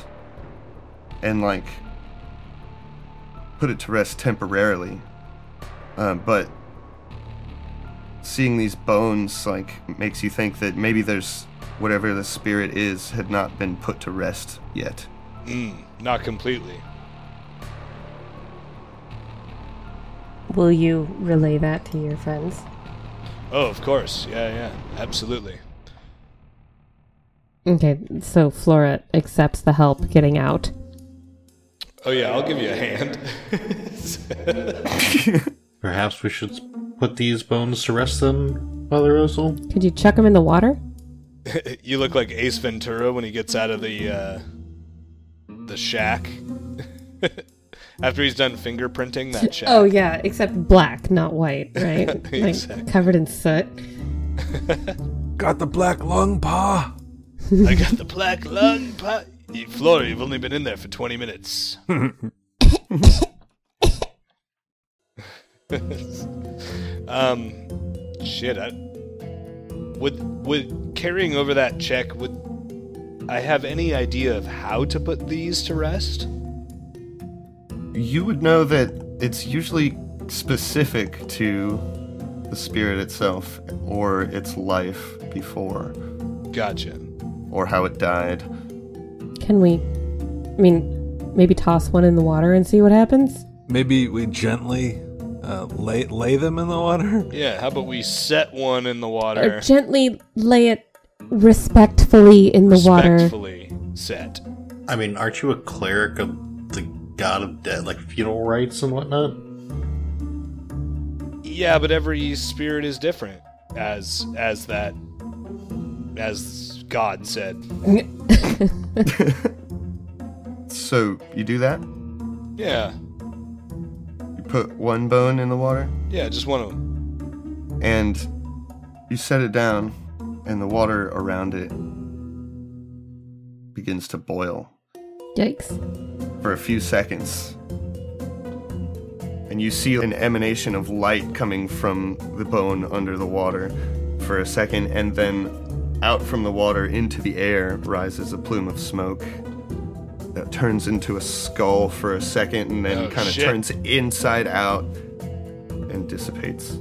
Speaker 4: and, like, put it to rest temporarily. Um, but seeing these bones, like, makes you think that maybe there's whatever the spirit is had not been put to rest yet.
Speaker 1: Mm, not completely.
Speaker 2: Will you relay that to your friends?
Speaker 1: Oh, of course. Yeah, yeah. Absolutely.
Speaker 2: Okay, so Flora accepts the help getting out.
Speaker 1: Oh, yeah, I'll give you a hand.
Speaker 3: Perhaps we should put these bones to rest them, Father Russell?
Speaker 2: Could you chuck them in the water?
Speaker 1: you look like Ace Ventura when he gets out of the, uh, the shack. After he's done fingerprinting that shack.
Speaker 2: Oh yeah, except black, not white, right?
Speaker 1: Exactly.
Speaker 2: Like covered in soot.
Speaker 5: Got the black lung, Pa.
Speaker 1: I got the black lung pot. You- Flora, you've only been in there for 20 minutes. um, shit. I, would would carrying over that check? Would I have any idea of how to put these to rest?
Speaker 4: You would know that it's usually specific to the spirit itself or its life before
Speaker 1: Gotcha.
Speaker 4: or how it died.
Speaker 2: Can we? I mean, maybe toss one in the water and see what happens.
Speaker 5: Maybe we gently uh, lay lay them in the water.
Speaker 1: Yeah. How about we set one in the water?
Speaker 2: Or Uh, gently lay it respectfully in the water.
Speaker 1: respectfully set.
Speaker 3: I mean, aren't you a cleric of the god of death, like funeral rites and whatnot?
Speaker 1: Yeah, but every spirit is different, as as that as God said.
Speaker 4: So you do that?
Speaker 1: Yeah,
Speaker 4: You put one bone in the water
Speaker 1: yeah, just one of them.
Speaker 4: and you set it down, and the water around it begins to boil
Speaker 2: Yikes!
Speaker 4: for a few seconds. And you see an emanation of light coming from the bone under the water for a second, and then out from the water into the air rises a plume of smoke that turns into a skull for a second and then
Speaker 1: Oh,
Speaker 4: kind of
Speaker 1: shit.
Speaker 4: turns inside out and dissipates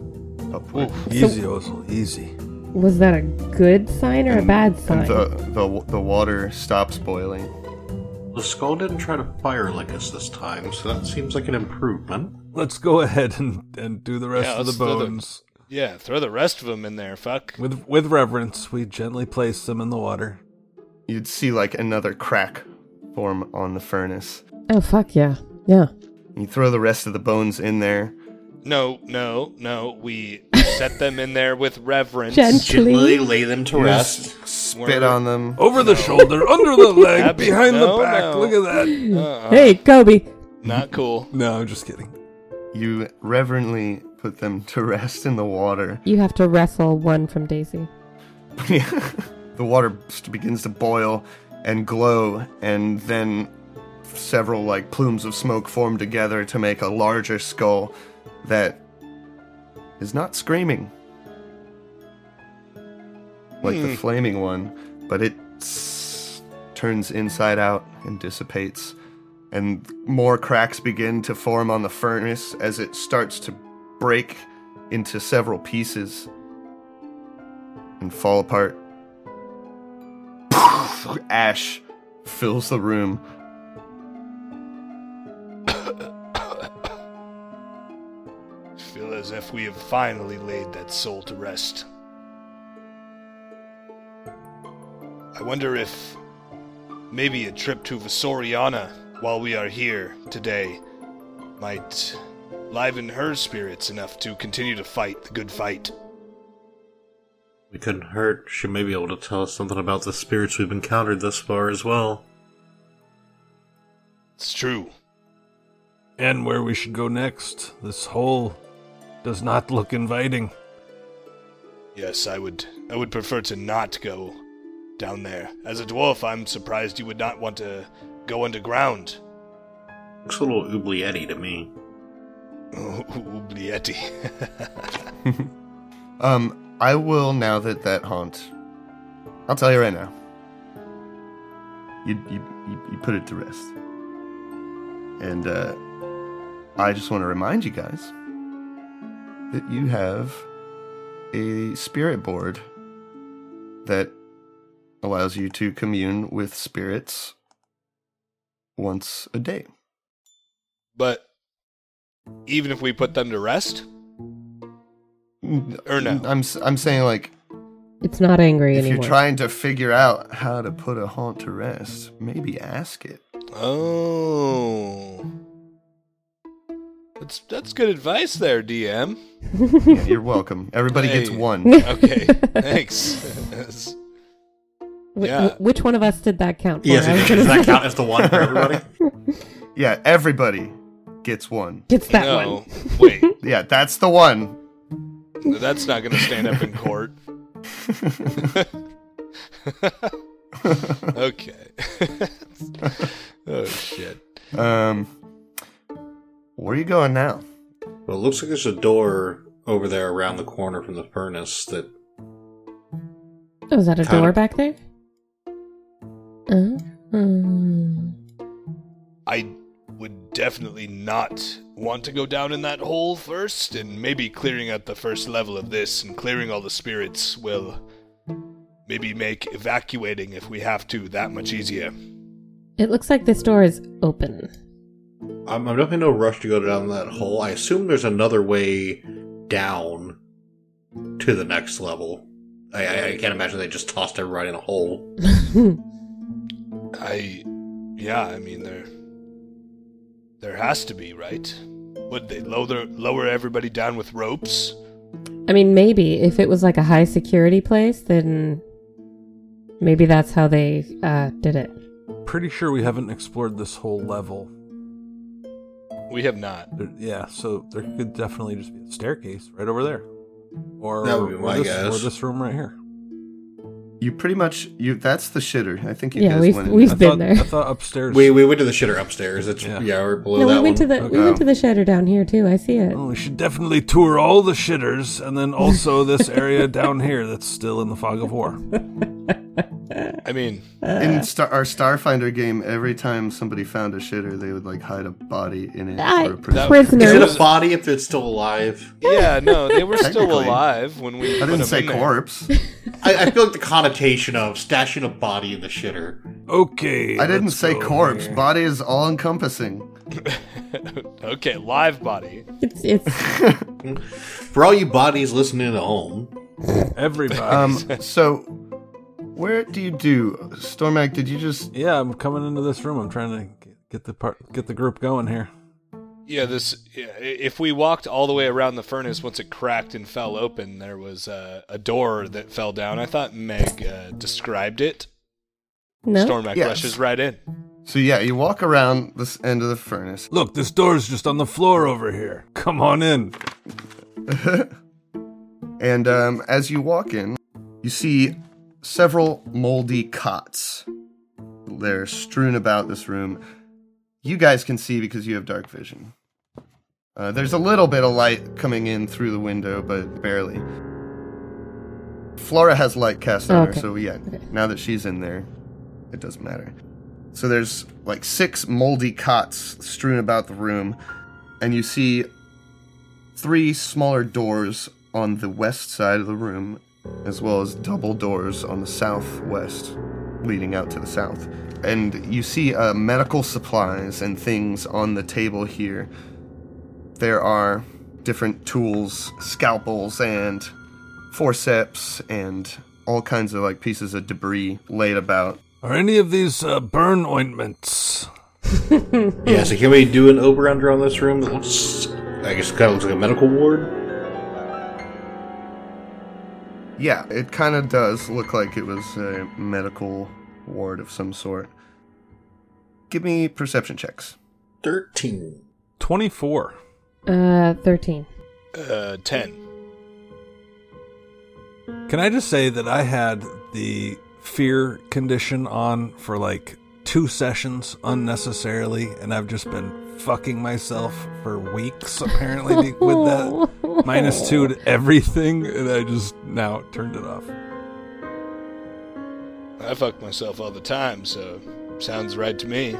Speaker 4: upward.
Speaker 5: Easy, Ozel, easy.
Speaker 2: Was that a good sign or a bad sign?
Speaker 4: And the, the, the water stops boiling.
Speaker 3: The skull didn't try to fire like us this time, so that seems like an improvement.
Speaker 5: Let's go ahead and, and do the rest
Speaker 1: Yeah,
Speaker 5: of the
Speaker 1: let's throw the-
Speaker 5: bones.
Speaker 1: Yeah, throw the rest of them in there. Fuck.
Speaker 5: With with reverence, we gently place them in the water.
Speaker 4: You'd see like another crack form on the furnace.
Speaker 2: oh fuck yeah, yeah.
Speaker 4: You throw the rest of the bones in there.
Speaker 1: No, no, no. We set them in there with reverence.
Speaker 2: Jen-
Speaker 3: Gently
Speaker 2: Gently
Speaker 3: lay them to
Speaker 4: You
Speaker 3: rest.
Speaker 4: just spit on them.
Speaker 5: Over the shoulder, under the leg,
Speaker 1: Abby,
Speaker 5: behind
Speaker 1: no,
Speaker 5: the back.
Speaker 1: no.
Speaker 5: Look at that.
Speaker 1: Uh-uh.
Speaker 2: Hey, Kobe.
Speaker 1: Not cool.
Speaker 5: No, I'm just kidding.
Speaker 4: You reverently put them to rest in the water.
Speaker 2: You have to wrestle one from Daisy.
Speaker 4: the water st- begins to boil and glow, and then several like plumes of smoke form together to make a larger skull that is not screaming like the flaming one, but it s- turns inside out and dissipates. And more cracks begin to form on the furnace as it starts to break into several pieces and fall apart. Ash fills the room.
Speaker 1: Feel as if we have finally laid that soul to rest. I wonder if maybe a trip to Vasoriana while we are here today might liven her spirits enough to continue to fight the good fight.
Speaker 3: We couldn't hurt. She may be able to tell us something about the spirits we've encountered thus far as well.
Speaker 1: It's true.
Speaker 5: And where we should go next. This hole does not look inviting.
Speaker 1: Yes, I would I would prefer to not go down there. As a dwarf, I'm surprised you would not want to go underground.
Speaker 3: Looks a little oublietti to me.
Speaker 1: Oublietti.
Speaker 4: Um, I will now that that haunt. I'll tell you right now. You you you, you put it to rest. And uh, I just want to remind you guys that you have a spirit board that allows you to commune with spirits once a day.
Speaker 1: but even if we put them to rest, Or no.
Speaker 4: I'm s- I'm saying like
Speaker 2: It's not angry
Speaker 4: if
Speaker 2: anymore.
Speaker 4: you're trying to figure out how to put a haunt to rest, maybe ask it.
Speaker 1: Oh. That's that's good advice there, DM.
Speaker 4: Yeah, you're welcome. Everybody gets
Speaker 1: Hey.
Speaker 4: one.
Speaker 1: Okay. thanks.
Speaker 2: Wh-
Speaker 1: yeah.
Speaker 2: wh- Which one of us did that count for? I was
Speaker 3: does that count as the one for everybody?
Speaker 4: Yeah, everybody gets one.
Speaker 2: It's that
Speaker 1: no,
Speaker 2: one.
Speaker 1: wait.
Speaker 4: Yeah, that's the one.
Speaker 1: That's not going to stand up in court. okay. oh shit.
Speaker 4: Um, where are you going now?
Speaker 3: Well, it looks like there's a door over there around the corner from the furnace that
Speaker 2: Oh, is that a
Speaker 3: Kinda.
Speaker 2: door back there? Uh, hmm.
Speaker 1: I would definitely not want to go down in that hole first, and maybe clearing out the first level of this and clearing all the spirits will maybe make evacuating if we have to that much easier.
Speaker 2: It looks like this door is open.
Speaker 3: I'm, I'm definitely in no rush to go down that hole. I assume there's another way down to the next level. I, I, I can't imagine they just tossed everybody in a hole.
Speaker 1: I yeah, I mean there there has to be, right? Would they lower lower everybody down with ropes?
Speaker 2: I mean, maybe if it was like a high security place, then maybe that's how they uh, did it.
Speaker 5: Pretty sure we haven't explored this whole level.
Speaker 1: We have not.
Speaker 5: There, yeah, so there could definitely just be a staircase right over there, or
Speaker 3: That would be
Speaker 5: or
Speaker 3: my
Speaker 5: this,
Speaker 3: guess.
Speaker 5: or this room right here.
Speaker 4: You pretty much you. That's the shitter. I think you
Speaker 2: Yeah,
Speaker 4: guys
Speaker 2: we've-
Speaker 4: went. in
Speaker 2: we've-
Speaker 5: I
Speaker 4: there.
Speaker 2: been
Speaker 5: thought,
Speaker 2: there.
Speaker 5: I thought upstairs.
Speaker 3: We, we went to the shitter upstairs. It's yeah,
Speaker 5: Yeah.
Speaker 3: right below
Speaker 2: no,
Speaker 3: that
Speaker 2: we went
Speaker 3: one.
Speaker 2: to the we
Speaker 4: Okay.
Speaker 2: went to the shutter down here too. I see it.
Speaker 5: Oh, we should definitely tour all the shitters, and then also this area down here that's still in the fog of war.
Speaker 1: I mean,
Speaker 4: in Star, our Starfinder game, every time somebody found a shitter, they would like hide a body in it.
Speaker 2: I-
Speaker 4: or a prisoner.
Speaker 3: Is
Speaker 2: Prisoners.
Speaker 3: it
Speaker 1: There
Speaker 3: a
Speaker 1: was-
Speaker 3: body if it's still alive?
Speaker 1: yeah, no, they were still
Speaker 4: Technically.
Speaker 1: alive when we.
Speaker 4: I
Speaker 1: put
Speaker 4: didn't
Speaker 1: them
Speaker 4: say
Speaker 1: in there.
Speaker 4: corpse.
Speaker 3: I, I feel like the connotation of stashing a body in the shitter.
Speaker 5: Okay.
Speaker 4: I didn't
Speaker 5: let's
Speaker 4: say
Speaker 5: go
Speaker 4: corpse.
Speaker 5: here.
Speaker 4: Body is all encompassing.
Speaker 1: okay, live body.
Speaker 2: It's it's
Speaker 3: For all you bodies listening at home,
Speaker 5: Everybody.
Speaker 4: Um, so where do you do Stormac? Did you just
Speaker 5: yeah, I'm coming into this room. I'm trying to get- get the part, get the group going here.
Speaker 1: Yeah, this. yeah, i- If we walked all the way around the furnace, once it cracked and fell open, there was uh, a door that fell down. I thought Meg uh, described it.
Speaker 2: no.
Speaker 1: Stormac
Speaker 4: Yes.
Speaker 1: rushes right in.
Speaker 4: so yeah? You walk around this end of the furnace.
Speaker 5: Look, this door's just on the floor over here. Come on in.
Speaker 4: And um, as you walk in, you see several moldy cots. They're strewn about this room. You guys can see because you have dark vision. Uh, there's a little bit of light coming in through the window, but barely. Flora has light cast on her,
Speaker 2: Okay.
Speaker 4: so yeah,
Speaker 2: Okay.
Speaker 4: now that she's in there, it doesn't matter. So there's like six moldy cots strewn about the room, and you see three smaller doors on the west side of the room, as well as double doors on the southwest, leading out to the south. And you see uh, medical supplies and things on the table here. There are different tools, scalpels, and forceps, and all kinds of like pieces of debris laid about.
Speaker 5: Are any of these uh, burn ointments?
Speaker 2: Hmm.
Speaker 3: yeah. So can we do an over under on this room? That looks, I guess, kind of looks like a medical ward.
Speaker 4: Yeah, it kind of does look like it was a medical ward of some sort. Give me perception checks.
Speaker 3: Thirteen.
Speaker 5: 24.
Speaker 2: Uh, thirteen.
Speaker 1: Uh, ten.
Speaker 5: Can I just say that I had the fear condition on for like two sessions unnecessarily, and I've just been fucking myself for weeks apparently be- with that minus two to everything, and I just now turned it off.
Speaker 1: I fuck myself all the time, so sounds right to me.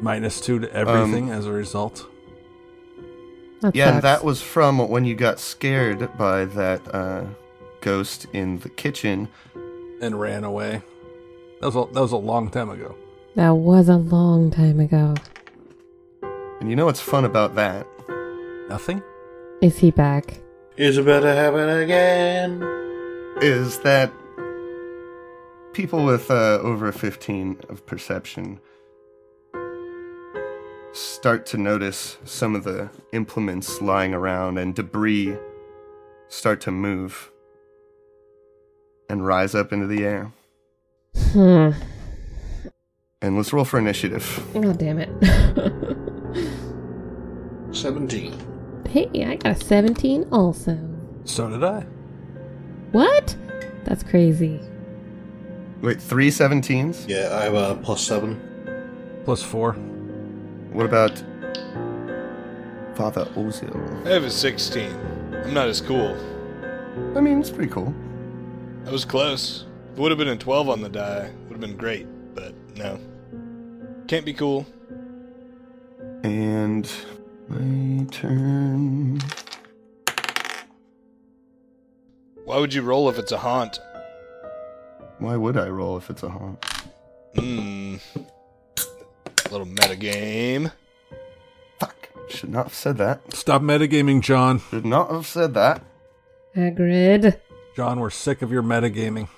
Speaker 5: Minus two to everything as a result.
Speaker 2: That
Speaker 4: yeah, and
Speaker 2: sucks.
Speaker 4: that was from when you got scared by that uh, ghost in the kitchen.
Speaker 5: and ran away. That was a, that was a long time ago.
Speaker 2: that was a long time ago.
Speaker 4: And you know what's fun about that?
Speaker 5: Nothing.
Speaker 2: Is he back?
Speaker 3: Is about to happen again.
Speaker 4: Is that people with uh, over 15 of perception start to notice some of the implements lying around and debris start to move and rise up into the air.
Speaker 2: Hmm.
Speaker 4: And let's roll for initiative.
Speaker 2: Oh, damn it.
Speaker 3: 17.
Speaker 2: hey, I got a 17 also.
Speaker 5: So did I.
Speaker 2: What? That's crazy.
Speaker 4: Wait, three 17s?
Speaker 3: Yeah, I have a plus 7.
Speaker 5: Plus four.
Speaker 4: What about Father Ozil?
Speaker 1: I have a 16. I'm not as cool.
Speaker 4: I mean, it's pretty cool.
Speaker 1: I was close. If it would have been a 12 on the die, would have been great, but no. Can't be cool.
Speaker 4: And my turn.
Speaker 1: Why would you roll if it's a haunt?
Speaker 4: Why would I roll if it's a haunt?
Speaker 1: Hmm. Little metagame.
Speaker 4: Fuck. Should not have said that.
Speaker 5: Stop metagaming, John.
Speaker 4: Should not have said that.
Speaker 2: Hagrid.
Speaker 5: John, we're sick of your metagaming.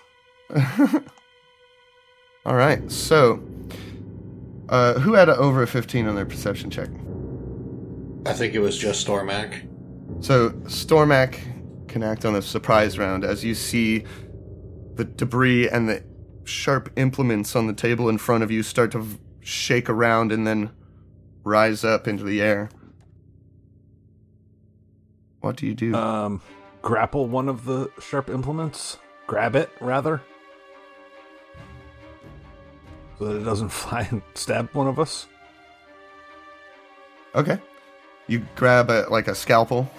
Speaker 4: All right. So, uh, who had a over a 15 on their perception check?
Speaker 3: I think it was just Stormac.
Speaker 4: So Stormac can act on a surprise round as you see the debris and the sharp implements on the table in front of you start to v- shake around and then rise up into the air. What do you do?
Speaker 5: Um, grapple one of the sharp implements. Grab it, rather. So that it doesn't fly and stab one of us.
Speaker 4: okay. You grab a like a scalpel.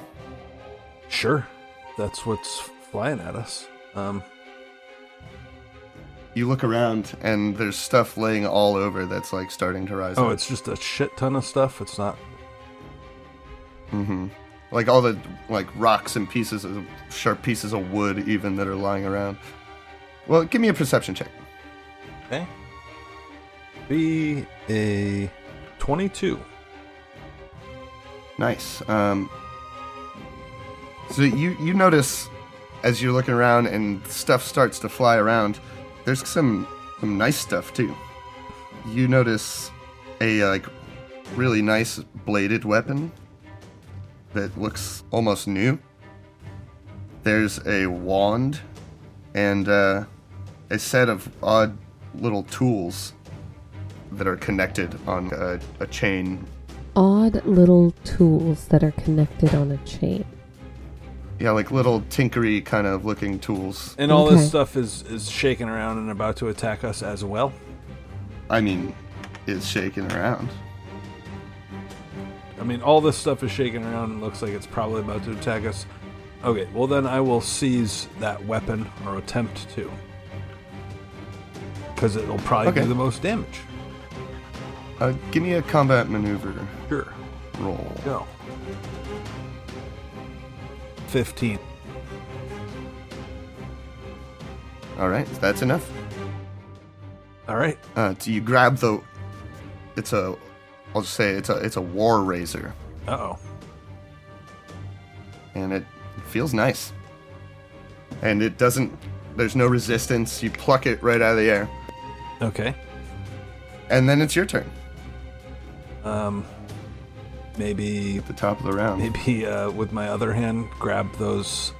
Speaker 5: Sure. That's what's flying at us. Um,
Speaker 4: You look around and there's stuff laying all over that's like starting to rise
Speaker 5: oh,
Speaker 4: up.
Speaker 5: it's just a shit ton of stuff. It's not.
Speaker 4: hmm Like all the like rocks and pieces of sharp pieces of wood even that are lying around. Well, give me a perception check.
Speaker 1: Okay.
Speaker 5: Be a 22.
Speaker 4: Nice. Um, so you you notice as you're looking around and stuff starts to fly around. There's some some nice stuff too. You notice a like really nice bladed weapon that looks almost new. There's a wand and uh, a set of odd little tools that are connected on a, a chain
Speaker 2: Odd little tools that are connected on a chain.
Speaker 4: Yeah, like little tinkery kind of looking tools.
Speaker 5: And all
Speaker 2: Okay.
Speaker 5: this stuff is, is shaking around and about to attack us as well.
Speaker 4: I mean, is shaking around.
Speaker 5: I mean, all this stuff is shaking around and looks like it's probably about to attack us. Okay, well, then I will seize that weapon or attempt to. Because it'll probably
Speaker 4: Okay.
Speaker 5: do the most damage.
Speaker 4: Uh, give me a combat maneuver
Speaker 5: Sure.
Speaker 4: roll.
Speaker 5: Go. 15.
Speaker 4: All right, that's enough.
Speaker 5: All right.
Speaker 4: Uh, do you grab the? It's a. I'll just say it's a. It's a war razor,
Speaker 5: Uh oh.
Speaker 4: and it feels nice. And it doesn't. There's no resistance. You pluck it right out of the air,
Speaker 5: Okay.
Speaker 4: and then it's your turn.
Speaker 5: Um, maybe
Speaker 4: At the top of the round.
Speaker 5: maybe uh, with my other hand grab those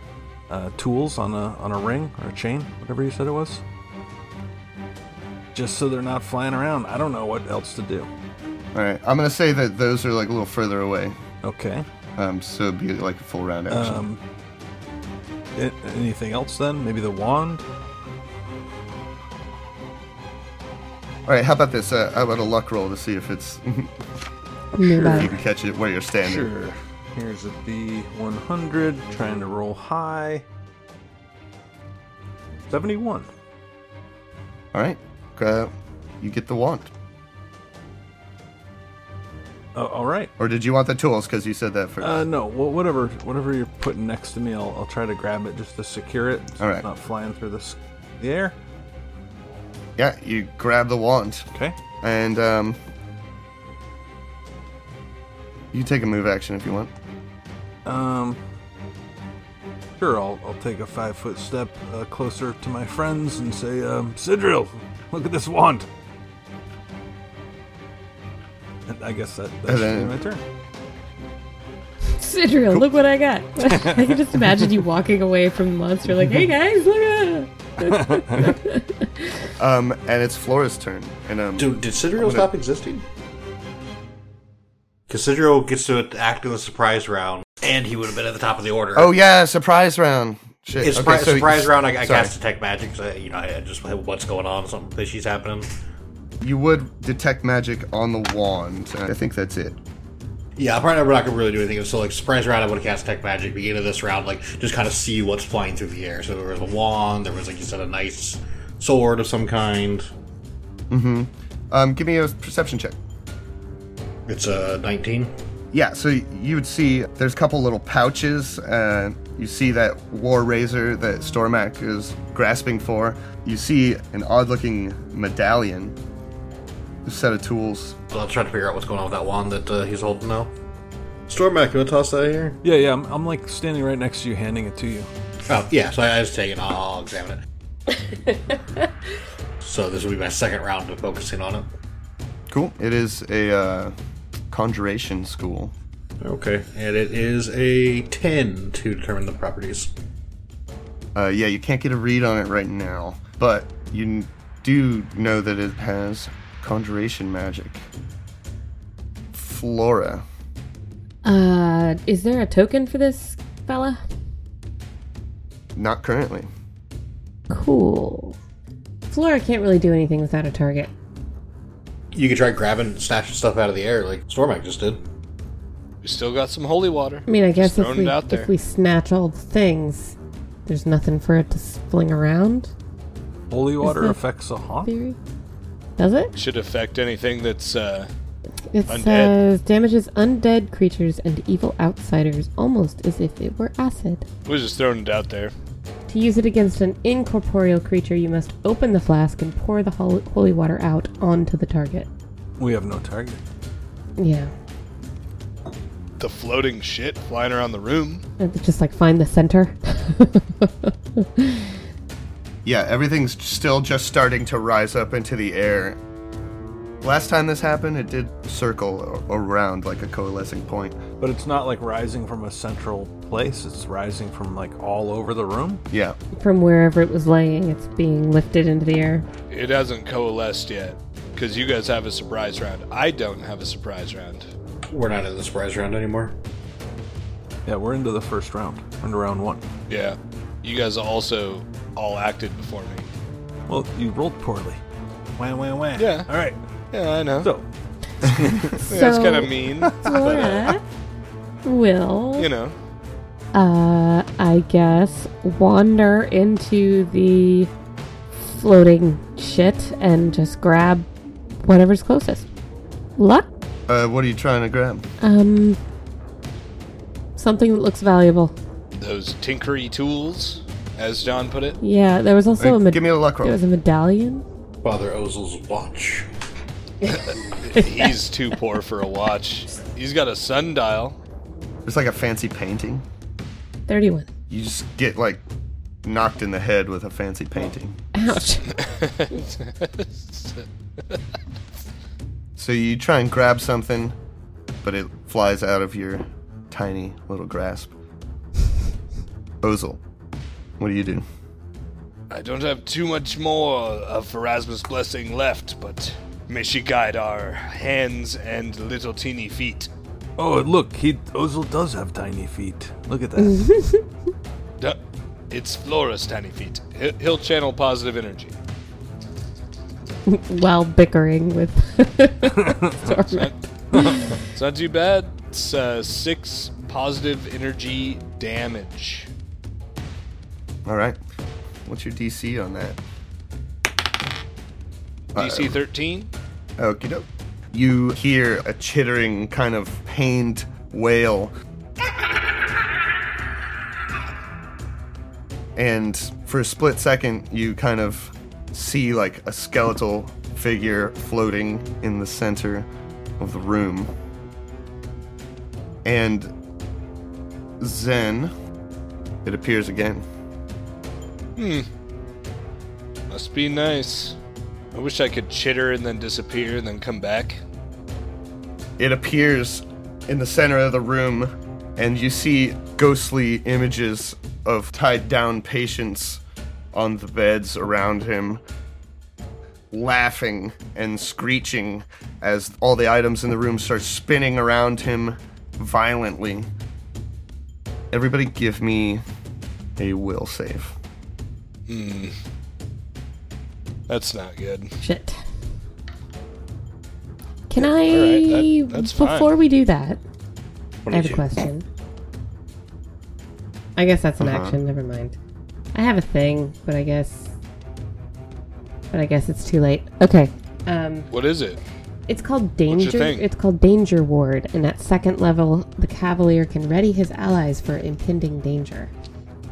Speaker 5: uh, tools on a on a ring or a chain, whatever you said it was. Just so they're not flying around. I don't know what else to do.
Speaker 4: All right. I'm gonna say that those are like a little further away.
Speaker 5: Okay.
Speaker 4: Um, so it'd be like a full round action.
Speaker 5: Um, a- anything else then? Maybe the wand.
Speaker 4: All right, how about this? Uh, how about a luck roll to see if it's you
Speaker 2: Nearby.
Speaker 4: can catch it where you're standing.
Speaker 5: Sure. Here's a D100. Trying to roll high. Seventy-one.
Speaker 4: All right, uh, you get the wand,
Speaker 5: Oh, all right.
Speaker 4: or did you want the tools? Because you said that first.
Speaker 5: Uh, no. Well, whatever, whatever you're putting next to me, I'll, I'll try to grab it just to secure it. So
Speaker 4: All right.
Speaker 5: It's not flying through this, the air.
Speaker 4: yeah, you grab the wand,
Speaker 5: Okay.
Speaker 4: and um, you take a move action if you want.
Speaker 5: Um. Sure. I'll, I'll take a five foot step uh, closer to my friends and say, um, Sidril, look at this wand. And I guess that, that
Speaker 4: And
Speaker 5: should be
Speaker 4: then-
Speaker 5: my turn.
Speaker 2: Sidriel, look what I got. I can just imagine you walking away from the monster like, hey guys, look at
Speaker 4: Um, and it's Flora's turn. And um,
Speaker 3: Dude, did Sidrio
Speaker 4: gonna-
Speaker 3: stop existing? Because Sidrio gets to act in the surprise round, and he would have been at the top of the order.
Speaker 4: oh yeah, surprise round. Shit.
Speaker 3: It's
Speaker 4: okay,
Speaker 3: surprise,
Speaker 4: so-
Speaker 3: surprise round. I, I
Speaker 4: sorry.
Speaker 3: cast detect magic. 'cause I, you know, I I just what's going on, something fishy's happening.
Speaker 4: You would detect magic on the wand. I think that's it.
Speaker 3: Yeah, probably we're not gonna really do anything. So like surprise round, I would have cast tech magic. Beginning of this round, like just kind of see what's flying through the air. So there was a wand. There was like you said, a nice sword of some kind.
Speaker 4: Um, give me a perception check.
Speaker 3: It's a nineteen.
Speaker 4: Yeah, so you would see there's a couple little pouches. Uh, you see that war razor that Stormak is grasping for. You see an odd looking medallion, a set of tools.
Speaker 3: So I'm trying to figure out what's going on with that wand that uh, he's holding now. Stormac, you want to toss that here?
Speaker 5: Yeah, yeah. I'm, I'm like standing right next to you, handing it to you.
Speaker 3: Oh yeah. So I, I just take it. I'll, I'll examine it. so this will be my second round of focusing on it.
Speaker 4: Cool. It is a uh, conjuration school.
Speaker 3: Okay, and it is a ten to determine the properties.
Speaker 4: Uh, yeah, you can't get a read on it right now, but you n- do know that it has conjuration magic. Flora.
Speaker 2: Uh, is there a token for this fella?
Speaker 4: Not currently.
Speaker 2: Cool. Flora can't really do anything without a target.
Speaker 3: You could try grabbing, snatching stuff out of the air like Stormac just did.
Speaker 1: We still got some holy water.
Speaker 2: I mean, I guess
Speaker 1: Just
Speaker 2: if
Speaker 1: throwing
Speaker 2: we,
Speaker 1: it out there.
Speaker 2: if we snatch all the things, there's nothing for it to fling around.
Speaker 5: Holy water
Speaker 2: that-
Speaker 5: affects a hawk.
Speaker 2: Theory, does it?
Speaker 1: Should affect anything that's uh,
Speaker 2: It
Speaker 1: Undead.
Speaker 2: says damages undead creatures and evil outsiders, almost as if it were acid.
Speaker 1: We're just throwing it out there.
Speaker 2: To use it against an incorporeal creature, you must open the flask and pour the hol- holy water out onto the target.
Speaker 5: We have no target.
Speaker 2: Yeah,
Speaker 1: The floating shit flying around the room.
Speaker 2: And just like find the center.
Speaker 4: Yeah, everything's still just starting to rise up into the air. Last time this happened, it did circle a- around like a coalescing point.
Speaker 5: But it's not like rising from a central place. It's rising from like all over the room.
Speaker 4: Yeah.
Speaker 2: From wherever it was laying, it's being lifted into the air.
Speaker 1: It hasn't coalesced yet because you guys have a surprise round. I don't have a surprise round.
Speaker 3: We're not in the surprise round anymore.
Speaker 5: Yeah, we're into the first round. We're into round one.
Speaker 1: Yeah. You guys also all acted before me.
Speaker 5: Well, you rolled poorly. Wham, wham, wham.
Speaker 1: Yeah.
Speaker 5: All right.
Speaker 1: Yeah, I know.
Speaker 5: So,
Speaker 2: So
Speaker 1: That's kind of mean. but, uh,
Speaker 2: Flora will,
Speaker 1: you know,
Speaker 2: uh, I guess, wander into the floating shit and just grab whatever's closest. Luck?
Speaker 4: Uh, what are you trying to grab?
Speaker 2: Um, something that looks valuable.
Speaker 1: those tinkery tools, as John put it.
Speaker 2: Yeah, there was also a
Speaker 4: Uh,
Speaker 2: med-
Speaker 4: give me a luck roll.
Speaker 2: there was a medallion.
Speaker 3: Father Ozel's watch.
Speaker 1: He's too poor for a watch. He's got a sundial.
Speaker 4: It's like a fancy painting.
Speaker 2: Thirty-one.
Speaker 4: You just get like knocked in the head with a fancy painting.
Speaker 2: Ouch.
Speaker 4: So you try and grab something, but it flies out of your tiny little grasp. Ozel, what do you do?
Speaker 1: I don't have too much more of Erasmus' blessing left, but may she guide our hands and little teeny feet.
Speaker 5: oh, and look, he Ozel does have tiny feet. Look at that.
Speaker 1: Duh. It's Flora's tiny feet. He- He'll channel positive energy.
Speaker 2: While bickering with Stormer.
Speaker 1: It's not too bad. It's uh, six positive energy damage.
Speaker 4: All right. What's your DC on that?
Speaker 1: DC 13.
Speaker 4: Okie doke. You hear a chittering, kind of pained wail. And for a split second, you kind of see like a skeletal figure floating in the center of the room. And Zen, it appears again.
Speaker 1: Must be nice. I wish I could chitter and then disappear and then come back.
Speaker 4: it appears in the center of the room, and you see ghostly images of tied down patients on the beds around him. laughing and screeching as all the items in the room start spinning around him violently. Everybody, give me a will save.
Speaker 1: That's not good.
Speaker 2: Shit. Can I,
Speaker 1: right, that- that's fine.
Speaker 2: before we do that,
Speaker 3: What
Speaker 2: I have
Speaker 3: did
Speaker 2: a
Speaker 3: you-
Speaker 2: question. I guess that's an action. Never mind. I have a thing, but I guess, but I guess it's too late. Okay. Um,
Speaker 1: What is it?
Speaker 2: it's called danger.
Speaker 1: thing?
Speaker 2: It's called danger ward, and at second level, the cavalier can ready his allies for impending danger.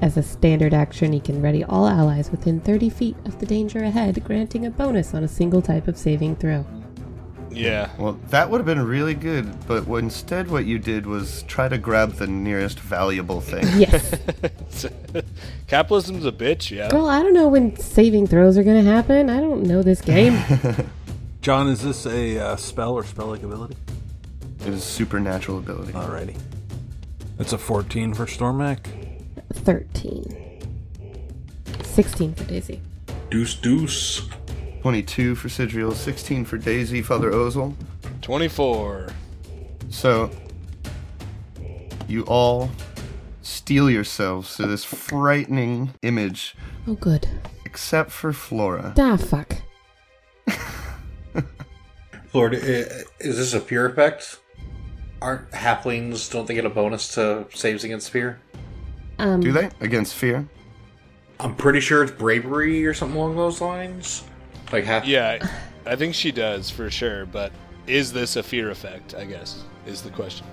Speaker 2: As a standard action, he can ready all allies within 30 feet of the danger ahead, granting a bonus on a single type of saving throw.
Speaker 1: Yeah.
Speaker 4: Well, that would have been really good, but what- instead, what you did was try to grab the nearest valuable thing.
Speaker 2: Yes.
Speaker 1: Capitalism's a bitch, yeah.
Speaker 2: well, I don't know when saving throws are going to happen. I don't know this game.
Speaker 5: John, is this a uh, spell or spell like ability?
Speaker 4: it is supernatural ability.
Speaker 5: Alrighty. It's a 14 for Stormac.
Speaker 2: 13. 16 for Daisy.
Speaker 3: Deuce, deuce.
Speaker 4: 22 for Sidriel, 16 for Daisy, Father Ozel.
Speaker 1: 24.
Speaker 4: So, you all steel yourselves to this frightening image,
Speaker 2: Oh, good.
Speaker 4: except for Flora.
Speaker 2: Da fuck.
Speaker 3: Lord, i- is this a pure effect? Aren't halflings don't they get a bonus to saves against fear?
Speaker 2: Um,
Speaker 4: Do they? Against fear?
Speaker 3: I'm pretty sure it's bravery or something along those lines. Like half.
Speaker 1: Yeah, I think she does for sure, but is this a fear effect, I guess, is the question.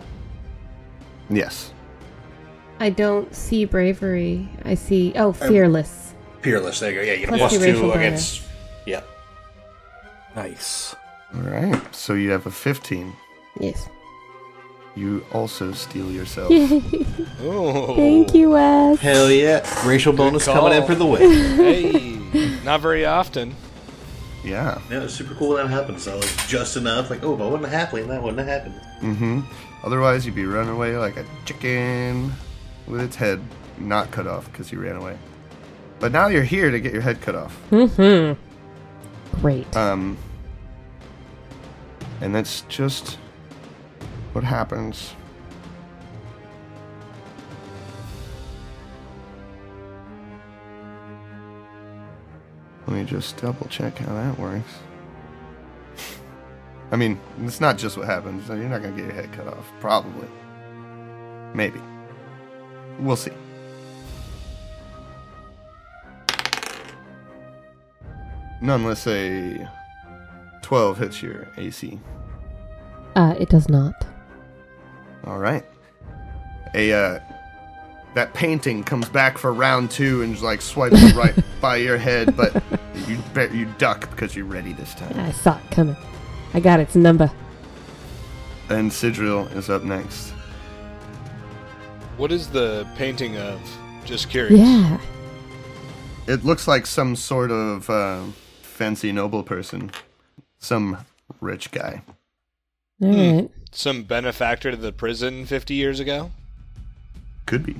Speaker 4: Yes.
Speaker 2: I don't see bravery. I see. Oh, fearless.
Speaker 3: Fearless. There you go. Yeah, you get a
Speaker 2: Plus
Speaker 3: plus
Speaker 2: your
Speaker 3: two
Speaker 2: racial
Speaker 3: against. Yeah.
Speaker 5: Nice.
Speaker 4: All right. So, you have a 15.
Speaker 2: Yes.
Speaker 4: You also steal yourself.
Speaker 1: Oh.
Speaker 2: Thank you, Wes.
Speaker 3: Hell yeah! Racial bonus
Speaker 1: call.
Speaker 3: coming in for the win.
Speaker 1: Hey, not very often.
Speaker 4: yeah.
Speaker 3: yeah, it's super cool when that happens. So like just enough. Like oh, if I wasn't a halfling, that wouldn't have happened.
Speaker 4: Mm-hmm. Otherwise, you'd be running away like a chicken with its head not cut off because you ran away. But now you're here to get your head cut off.
Speaker 2: Great.
Speaker 1: Uh,
Speaker 4: Um, and that's just what happens. Let me just double check how that works. I mean, it's not just what happens. You're not going to get your head cut off. Probably. Maybe. We'll see. Nonetheless, a 12 hits your AC.
Speaker 2: Uh, it does not.
Speaker 4: All right. A uh, that painting comes back for round two and just like swipes it right by your head, but you bet you duck because you're ready this time.
Speaker 2: I saw it coming. I got its number.
Speaker 4: And Sidril is up next.
Speaker 1: What is the painting of? Just curious.
Speaker 2: Yeah.
Speaker 4: It looks like some sort of uh, fancy noble person, some rich guy.
Speaker 2: All
Speaker 1: Hmm.
Speaker 2: right.
Speaker 1: Some benefactor to the prison 50 years ago?
Speaker 4: Could be.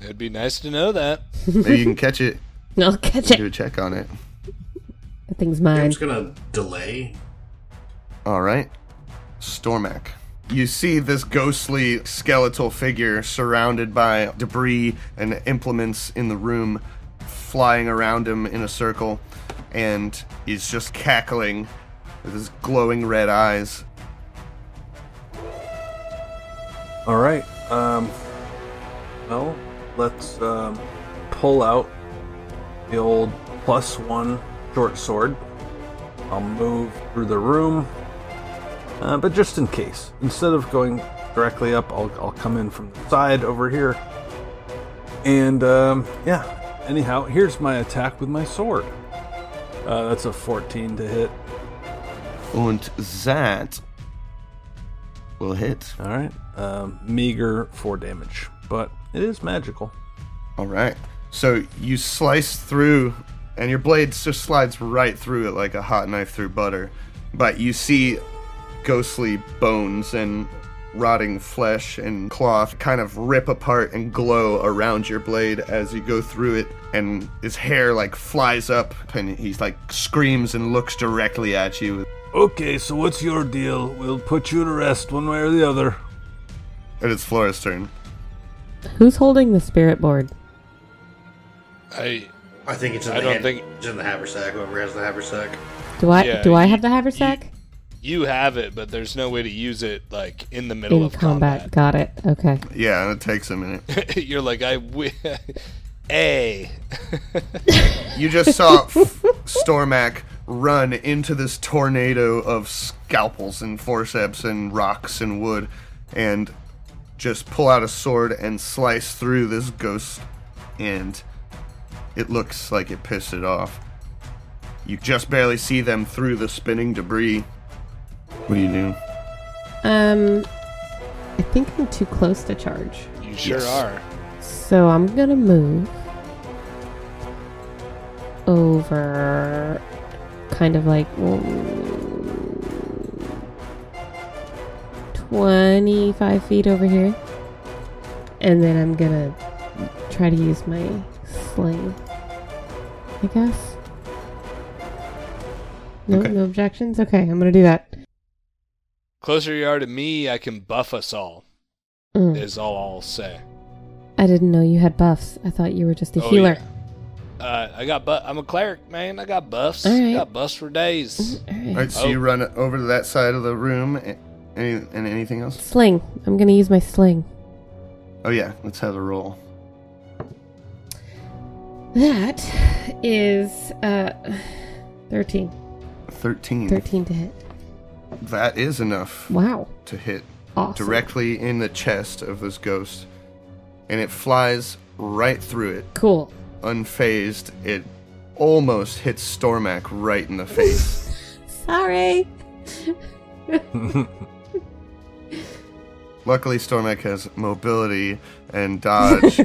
Speaker 1: It'd be nice to know that.
Speaker 4: Maybe you can catch it.
Speaker 2: I'll catch
Speaker 4: Do
Speaker 2: it.
Speaker 4: a check on it.
Speaker 2: That thing's
Speaker 3: I'm
Speaker 2: mine.
Speaker 3: just gonna delay.
Speaker 4: All right. Stormak. You see this ghostly skeletal figure surrounded by debris and implements in the room flying around him in a circle, and he's just cackling with his glowing red eyes.
Speaker 5: All right. Um, well, let's um, pull out the old plus one short sword. I'll move through the room, uh, but just in case, instead of going directly up, I'll, I'll come in from the side over here. And um, yeah, anyhow, here's my attack with my sword. Uh, that's a 14 to hit.
Speaker 4: And that will hit.
Speaker 5: All right, um, meager four damage, but it is magical.
Speaker 4: All right. So you slice through, and your blade just slides right through it like a hot knife through butter. But you see ghostly bones and rotting flesh and cloth kind of rip apart and glow around your blade as you go through it and his hair like flies up and he like screams and looks directly at you
Speaker 5: Okay, so what's your deal? We'll put you to rest one way or the other.
Speaker 4: it is flora's turn
Speaker 2: Who's holding the spirit board?
Speaker 1: I
Speaker 3: I think it's in
Speaker 1: I
Speaker 3: the
Speaker 1: don't
Speaker 3: hand-
Speaker 1: think-
Speaker 3: it's in the haversack. Whoever has the haversack.
Speaker 2: Do I
Speaker 1: Yeah,
Speaker 2: do I
Speaker 1: you-
Speaker 2: have the haversack?
Speaker 1: you have it, but there's no way to use it like in the middle
Speaker 2: In
Speaker 1: of
Speaker 2: combat. Got it. Okay.
Speaker 4: yeah and it takes a minute
Speaker 1: combat. You're like I wi- A.
Speaker 4: You just saw F- Stormac run into this tornado of scalpels and forceps and rocks and wood and just pull out a sword and slice through this ghost and it looks like it pissed it off. You just barely see them through the spinning debris. What do you do?
Speaker 2: Um I think I'm too close to charge.
Speaker 1: You sure
Speaker 4: Yes.
Speaker 1: are.
Speaker 2: So I'm going to move over kind of like mm, 25 feet over here. And then I'm going to try to use my sling. I guess. No, no objections. Okay, I'm going to do that.
Speaker 1: Closer you are to me, I can buff us all.
Speaker 2: Mm.
Speaker 1: Is all I'll say.
Speaker 2: I didn't know you had buffs. I thought you were just a
Speaker 1: Oh,
Speaker 2: healer.
Speaker 1: yeah. Uh, I got buff. I'm a cleric, man. I got buffs.
Speaker 2: All right. Mm-hmm.
Speaker 1: I got buffs for days.
Speaker 2: All
Speaker 4: All
Speaker 2: right.
Speaker 4: right, so
Speaker 1: Oh.
Speaker 4: you run over to that side of the room. A- Any, and anything else?
Speaker 2: Sling. I'm going to use my sling.
Speaker 4: Oh yeah, let's have a roll.
Speaker 2: That is uh 13.
Speaker 4: 13.
Speaker 2: 13 to hit.
Speaker 4: That is enough
Speaker 2: Wow.
Speaker 4: to hit.
Speaker 2: Awesome.
Speaker 4: directly in the chest of this ghost, and it flies right through it,
Speaker 2: Cool.
Speaker 4: unfazed. It almost hits Stormac right in the face.
Speaker 2: Sorry.
Speaker 4: Luckily, Stormac has mobility and dodge.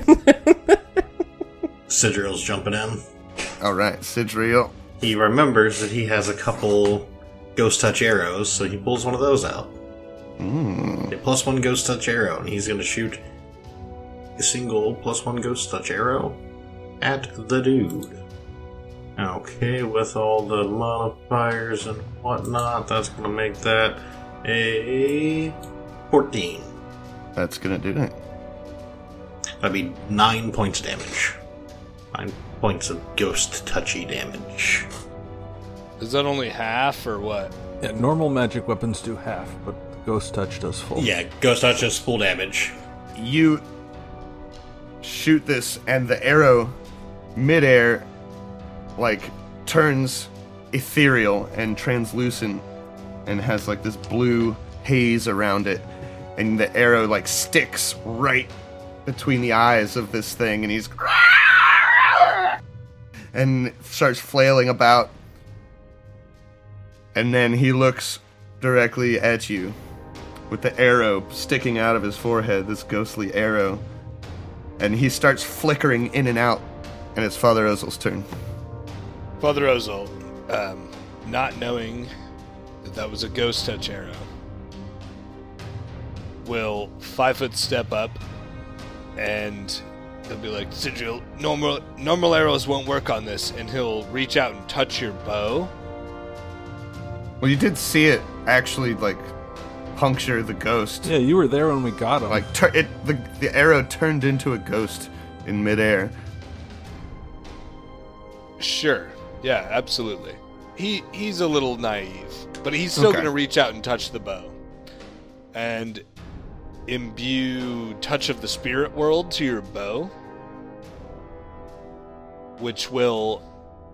Speaker 3: Sidril's jumping in.
Speaker 4: All right, Sidriel.
Speaker 3: He remembers that he has a couple ghost touch arrows, so he pulls one of those out. A plus one ghost touch arrow, and he's going to shoot a single plus one ghost touch arrow at the dude. Okay, with all the modifiers and whatnot, that's going to make that a 14.
Speaker 4: That's gonna do it.
Speaker 3: That'd be 9 points of damage. 9 points of ghost touchy damage.
Speaker 1: Is that only half or what?
Speaker 5: Yeah, normal magic weapons do half, but ghost touch does full.
Speaker 3: Yeah, ghost touch is full damage.
Speaker 4: You shoot this, and the arrow midair, like, turns ethereal and translucent and has, like, this blue haze around it. And the arrow, like, sticks right between the eyes of this thing, and he's. and starts flailing about. And then he looks directly at you with the arrow sticking out of his forehead, this ghostly arrow. And he starts flickering in and out, and it's Father Ozel's turn.
Speaker 1: Father Ozel, um, not knowing that that was a ghost touch arrow, will five foot step up and he'll be like, Sigil, normal, normal arrows won't work on this. And he'll reach out and touch your bow.
Speaker 4: Well, you did see it actually, like, puncture the ghost.
Speaker 5: Yeah, you were there when we got him.
Speaker 4: Like, tur- it, the, the arrow turned into a ghost in midair.
Speaker 1: Sure. Yeah, absolutely. He he's a little naive, but he's still
Speaker 4: Okay.
Speaker 1: going to reach out and touch the bow, and imbue touch of the spirit world to your bow, which will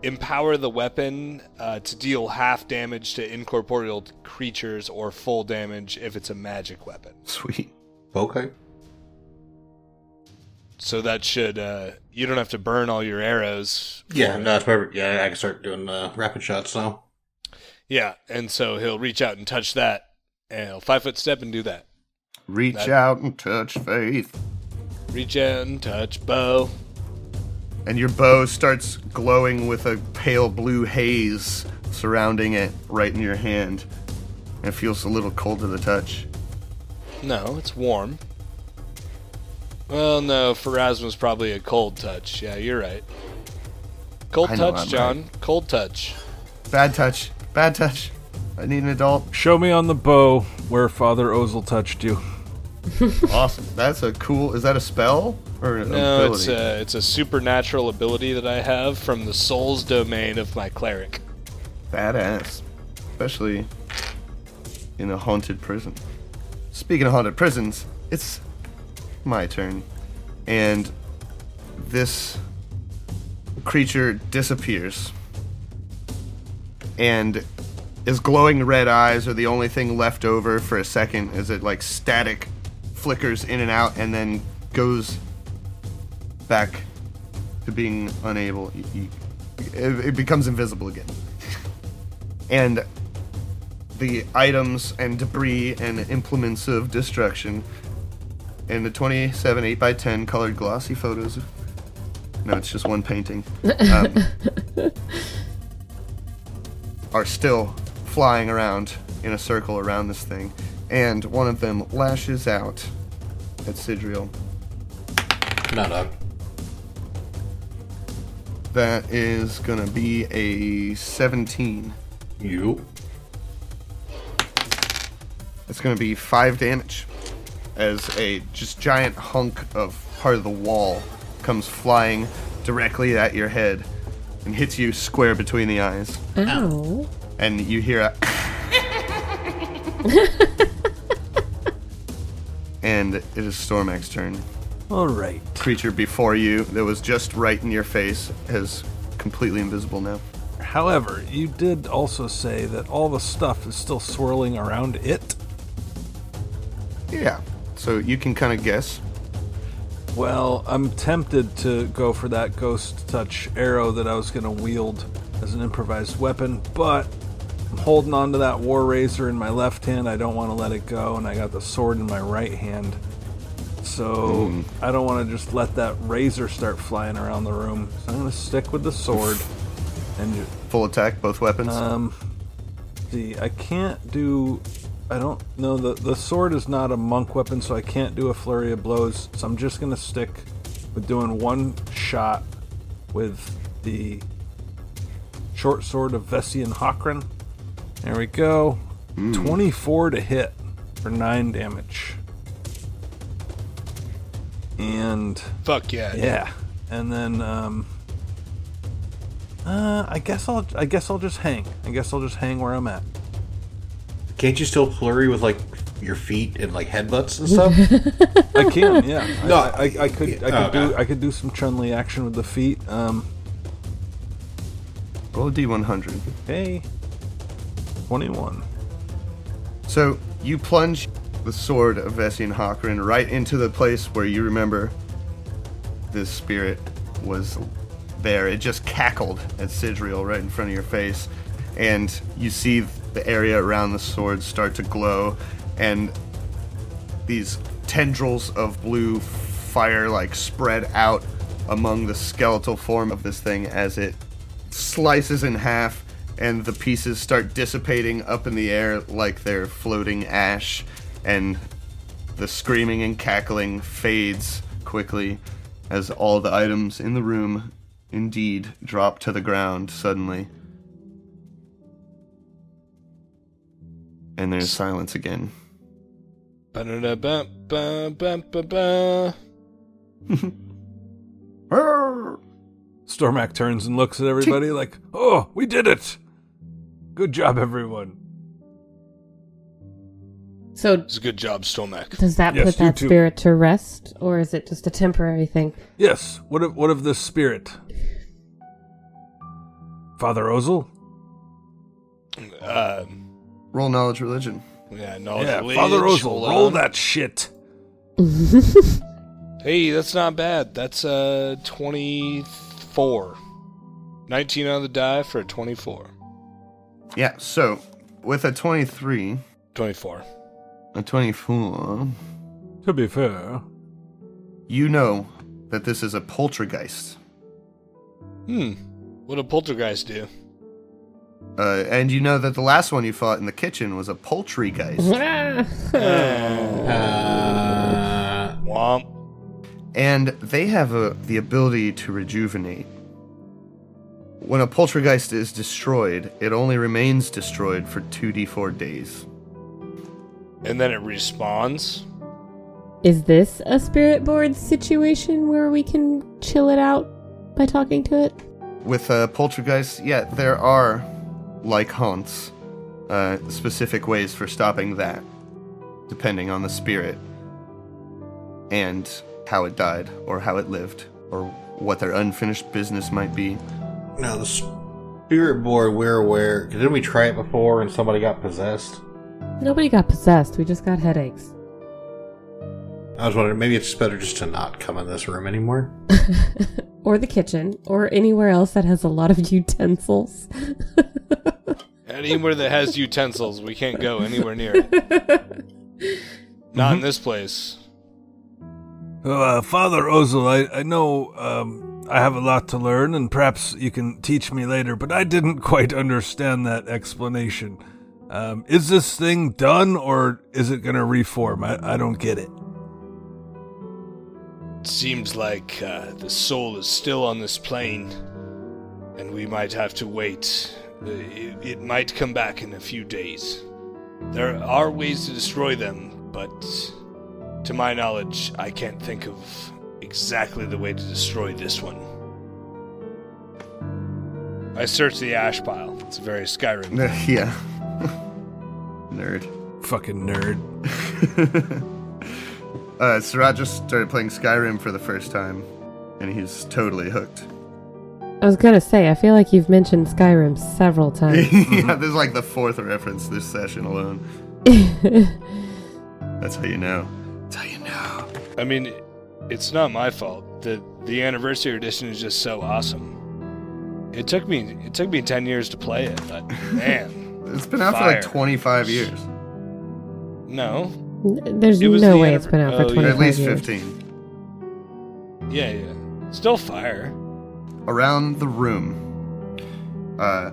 Speaker 1: empower the weapon uh, to deal half damage to incorporeal creatures or full damage if it's a magic weapon.
Speaker 4: Sweet.
Speaker 3: Okay.
Speaker 1: So that should uh, you don't have to burn all your arrows
Speaker 3: Yeah, no, it's perfect. Yeah, I can start doing uh, rapid shots now.
Speaker 1: Yeah, and so he'll reach out and touch that, and he'll five foot step and do that.
Speaker 4: Reach
Speaker 1: That-
Speaker 4: out and touch faith.
Speaker 1: Reach out and touch bow.
Speaker 4: And your bow starts glowing with a pale blue haze surrounding it right in your hand. And it feels a little cold to the touch.
Speaker 1: No, it's warm. Well, no, Faraz was probably a cold touch. Yeah, you're right. Cold
Speaker 4: I know
Speaker 1: touch,
Speaker 4: I'm
Speaker 1: John. Cold touch.
Speaker 4: Bad touch. Bad touch. I need an adult.
Speaker 5: Show me on the bow where Father Ozel touched you.
Speaker 4: Awesome. That's a cool. Is that a spell or an
Speaker 1: No,
Speaker 4: ability?
Speaker 1: it's a it's a supernatural ability that I have from the soul's domain of my cleric.
Speaker 4: Badass. Especially in a haunted prison. Speaking of haunted prisons, it's my turn. And this creature disappears. And his glowing red eyes are the only thing left over for a second as it like static flickers in and out and then goes back to being unable. y- y- It it becomes invisible again and the items and debris and implements of destruction and the 27 8 by 10 colored glossy photos of no it's just one painting um, are still flying around in a circle around this thing and one of them lashes out at sidriel
Speaker 3: No, dog.
Speaker 4: that is gonna be a 17
Speaker 3: You.
Speaker 4: It's going to be five damage as a just giant hunk of part of the wall comes flying directly at your head and hits you square between the eyes.
Speaker 2: Ow.
Speaker 4: And you hear a. and it is Stormax's turn.
Speaker 5: All right.
Speaker 4: Creature before you that was just right in your face is completely invisible now.
Speaker 5: However, you did also say that all the stuff is still swirling around it.
Speaker 4: Yeah. So you can kind of guess.
Speaker 5: Well, I'm tempted to go for that ghost touch arrow that I was going to wield as an improvised weapon, but I'm holding on to that war razor in my left hand. I don't want to let it go, and I got the sword in my right hand. So I don't want to just let that razor start flying around the room. So I'm going to stick with the sword. And ju-
Speaker 4: Full attack, both weapons.
Speaker 5: um, see, I can't do. I don't know. The, the sword is not a monk weapon, so I can't do a flurry of blows. So I'm just going to stick with doing one shot with the short sword of Vessian Hockran. There we go. 24 to hit for 9 damage. And.
Speaker 1: Fuck yeah.
Speaker 5: Yeah, and then um, uh, I guess I'll I guess I'll just hang. I guess I'll just hang where I'm at.
Speaker 3: Can't you still flurry with like your feet and like headbutts and stuff?
Speaker 5: I can, yeah.
Speaker 3: No,
Speaker 5: I, I, I could I could
Speaker 3: oh,
Speaker 5: do
Speaker 3: okay.
Speaker 5: I could do some Chun Li action with the feet. Um,
Speaker 4: Roll a d100.
Speaker 5: hey, twenty one.
Speaker 4: So you plunge the sword of Vessian Hakrin right into the place where you remember this spirit was there. It just cackled at Sidriel right in front of your face, and you see the area around the sword start to glow, and these tendrils of blue fire like spread out among the skeletal form of this thing as it slices in half and the pieces start dissipating up in the air like they're floating ash and the screaming and cackling fades quickly as all the items in the room indeed drop to the ground suddenly and there's silence again
Speaker 1: Ba-da-da-ba-ba-ba-ba-ba.
Speaker 5: Stormak turns and looks at everybody like, "Oh, we did it! Good job, everyone."
Speaker 2: So
Speaker 1: It's a good job, Stomac.
Speaker 2: does that
Speaker 5: Yes,
Speaker 2: put
Speaker 5: you
Speaker 2: that
Speaker 5: too.
Speaker 2: spirit to rest, or is it just a temporary thing?
Speaker 5: Yes. What of what of this spirit, Father Ozel?
Speaker 1: Uh,
Speaker 4: roll knowledge religion
Speaker 1: yeah, no,
Speaker 5: Yeah, Father Ozel, roll that shit.
Speaker 1: Hey, that's not bad. That's uh 24. 19 on the die for a 24.
Speaker 4: Yeah, so with a 23,
Speaker 1: 24.
Speaker 4: a 24,
Speaker 5: To be fair,
Speaker 4: you know that this is a poltergeist.
Speaker 1: Hmm. What do poltergeists do?
Speaker 4: Uh, and you know that the last one you fought in the kitchen was a poultry geist.
Speaker 3: Uh,
Speaker 1: Womp.
Speaker 4: and they have a, the ability to rejuvenate. When a poltergeist is destroyed, it only remains destroyed for 2d4 days.
Speaker 1: And then it respawns.
Speaker 2: Is this a spirit board situation where we can chill it out by talking to it?
Speaker 4: With uh, poltergeists, yeah, there are, like haunts, uh, specific ways for stopping that, depending on the spirit and how it died, or how it lived, or what their unfinished business might be.
Speaker 3: now the spirit board we're aware. Didn't we try it before and somebody got possessed?
Speaker 2: Nobody got possessed. We just got headaches.
Speaker 3: I was wondering, maybe it's better just to not come in this room anymore.
Speaker 2: Or the kitchen, or anywhere else that has a lot of utensils.
Speaker 1: Anywhere that has utensils, we can't go anywhere near it. Not in this place.
Speaker 5: Uh, Father Ozel, I, I know um, I have a lot to learn, and perhaps you can teach me later, but I didn't quite understand that explanation. Um, is this thing done, or is it going to reform? I, I don't get it.
Speaker 1: Seems like uh, the soul is still on this plane, and we might have to wait. Uh, It, it might come back in a few days. There are ways to destroy them, but to my knowledge, I can't think of exactly the way to destroy this one. I searched the ash pile. It's a very Skyrim.
Speaker 4: yeah. Nerd.
Speaker 5: Fucking nerd.
Speaker 4: Uh, Syrah just started playing Skyrim for the first time, and he's totally hooked.
Speaker 2: I was gonna say, I feel like you've mentioned Skyrim several times.
Speaker 4: yeah, this is like the fourth reference this session alone. That's how you know. That's how you know.
Speaker 1: I mean, it's not my fault. The the anniversary edition is just so awesome. It took me it took me 10 years to play it, but man,
Speaker 4: It's been out for like
Speaker 1: Fire.
Speaker 4: 25 years,
Speaker 1: no.
Speaker 2: N- There's
Speaker 1: It was
Speaker 2: no
Speaker 1: the
Speaker 2: way
Speaker 1: anniver-
Speaker 2: it's been out
Speaker 1: oh, yeah.
Speaker 2: for 25
Speaker 4: or at least
Speaker 2: years.
Speaker 4: 15.
Speaker 1: Yeah, yeah. Still fire.
Speaker 4: Around the room. Uh,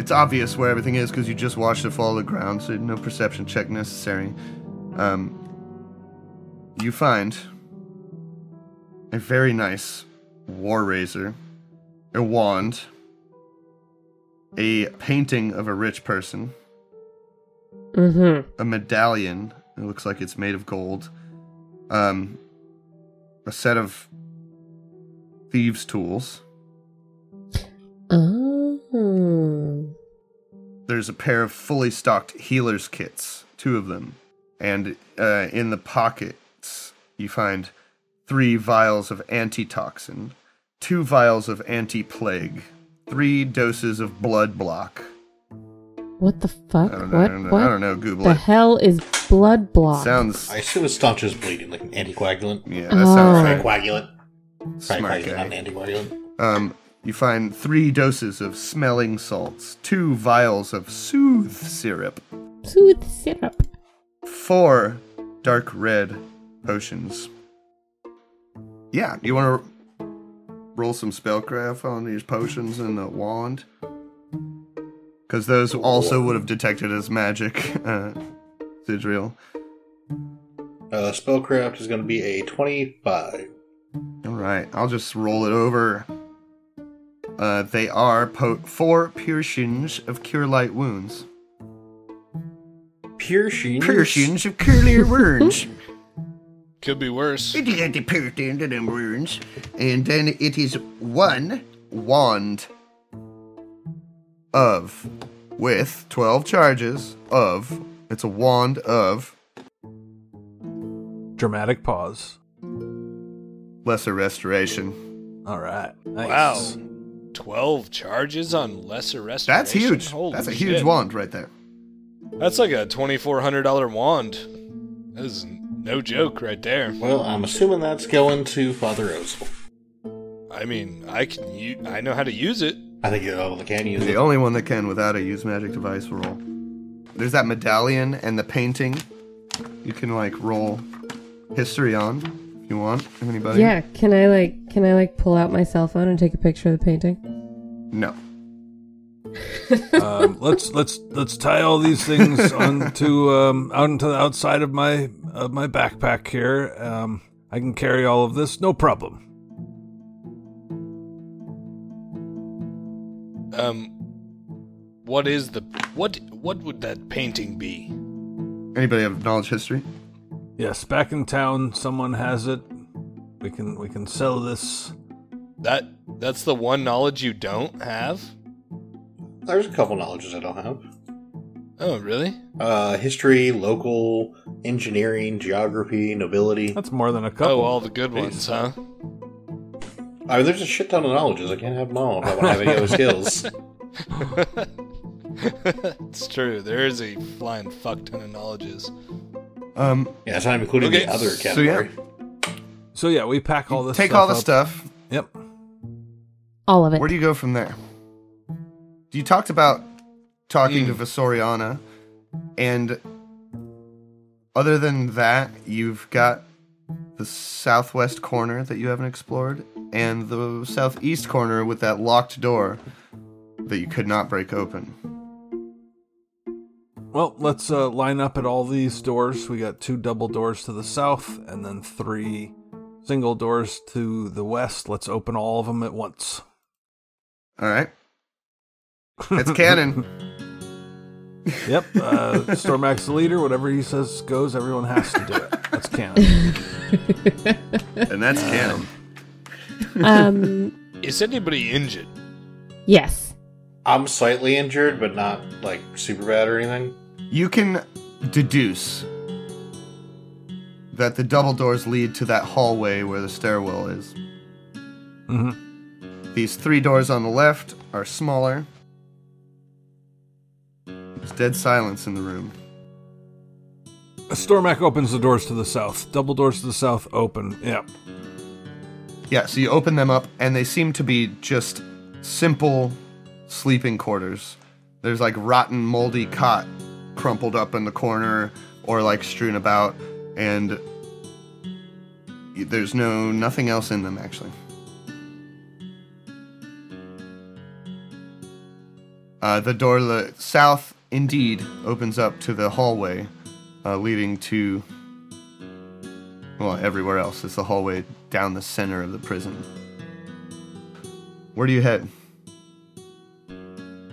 Speaker 4: it's obvious where everything is because you just watched it fall to the ground, so no perception check necessary. Um, you find a very nice war razor, a wand, a painting of a rich person.
Speaker 2: Mm-hmm.
Speaker 4: a medallion. It looks like it's made of gold. Um, a set of thieves' tools.
Speaker 2: Oh.
Speaker 4: There's a pair of fully stocked healers' kits, two of them, and uh, in the pockets you find three vials of antitoxin, two vials of anti-plague, three doses of blood block.
Speaker 2: What the
Speaker 4: I
Speaker 2: fuck?
Speaker 4: don't know. I
Speaker 2: what?
Speaker 4: don't know,
Speaker 2: what?
Speaker 4: I don't know Google
Speaker 2: The
Speaker 4: it.
Speaker 2: hell is blood block?
Speaker 4: Sounds.
Speaker 3: I assume it staunches bleeding, like an anticoagulant.
Speaker 4: Yeah, that sounds
Speaker 2: Oh.
Speaker 4: right.
Speaker 3: Anticoagulant.
Speaker 4: Smart
Speaker 3: Anticoagulant, not
Speaker 4: guy.
Speaker 3: an anticoagulant.
Speaker 4: Um, you find three doses of smelling salts, two vials of soothe syrup,
Speaker 2: Soothe syrup.
Speaker 4: four dark red potions. Yeah, you want to roll some spellcraft on these potions and the wand? Because those also would have detected as magic, uh, Sidriel.
Speaker 3: Uh, spellcraft is going to be a 25.
Speaker 4: All right, I'll just roll it over. Uh, they are po- four piercings of cure light wounds.
Speaker 3: Piercing.
Speaker 4: Piercings of cure light wounds.
Speaker 1: Could be worse.
Speaker 4: It is the perfect end of them runes. And then it is one wand of with 12 charges of it's a wand of
Speaker 5: Dramatic pause.
Speaker 4: lesser restoration.
Speaker 5: All right.
Speaker 1: Wow.
Speaker 5: Nice.
Speaker 1: 12 charges on lesser restoration.
Speaker 4: That's huge.
Speaker 1: Holy
Speaker 4: That's a huge
Speaker 1: shit.
Speaker 4: wand right there.
Speaker 1: That's like a $2400 wand. That is no joke right there.
Speaker 3: Well, I'm assuming that's going to Father Ozel.
Speaker 1: I mean, I can u- I know how to use it.
Speaker 3: I think oh, the can use
Speaker 4: The
Speaker 3: it.
Speaker 4: only one that can without a use magic device roll. There's that medallion and the painting. You can like roll history on if you want. If anybody?
Speaker 2: Yeah, can I like can I like pull out my cell phone and take a picture of the painting?
Speaker 4: No.
Speaker 5: Um, let's let's let's tie all these things onto um, out into the outside of my of my backpack here. Um, I can carry all of this, no problem.
Speaker 1: Um, what is the what? What would that painting be?
Speaker 4: Anybody have knowledge history?
Speaker 5: Yes, back in town, someone has it. We can we can sell this.
Speaker 1: That that's the one knowledge you don't have.
Speaker 3: There's a couple knowledges I don't have.
Speaker 1: Oh, really?
Speaker 3: Uh, history, local, engineering, geography, nobility.
Speaker 5: That's more than a couple.
Speaker 1: Oh, all the good ones, huh?
Speaker 3: I mean, there's a shit ton of knowledges. I can't have them all if I want to have any other skills.
Speaker 1: it's true. There is a flying fuck ton of knowledges.
Speaker 4: Um,
Speaker 3: Yeah, it's not including
Speaker 1: Okay,
Speaker 3: the other
Speaker 1: so
Speaker 4: yeah.
Speaker 3: category.
Speaker 5: So yeah, we pack all this.
Speaker 4: take
Speaker 5: stuff
Speaker 4: all the
Speaker 5: up.
Speaker 4: stuff.
Speaker 5: Yep.
Speaker 2: All of it.
Speaker 4: Where do you go from there? You talked about talking to Visoriana, and other than that, you've got the southwest corner that you haven't explored, and the southeast corner with that locked door that you could not break open.
Speaker 5: Well, let's uh, line up at all these doors. We got two double doors to the south and then three single doors to the west. Let's open all of them at once.
Speaker 4: All right, it's canon.
Speaker 5: Yep. Uh, Stormax the leader. Whatever he says goes. Everyone has to do it. That's canon.
Speaker 4: and that's canon.
Speaker 2: um,
Speaker 1: Is anybody injured?
Speaker 2: yes.
Speaker 3: I'm slightly injured, but not like super bad or anything.
Speaker 4: You can deduce that the double doors lead to that hallway where the stairwell is.
Speaker 5: hmm
Speaker 4: These three doors on the left are smaller. There's dead silence in the room.
Speaker 5: Stormac opens the doors to the south. Double doors to the south open. Yep.
Speaker 4: Yeah, so you open them up, and they seem to be just simple sleeping quarters. There's like rotten, moldy cot crumpled up in the corner or like strewn about, and y- there's no nothing else in them actually. Uh, the door to the south indeed opens up to the hallway, uh, leading to well, everywhere else. It's the hallway down the center of the prison. Where do you head?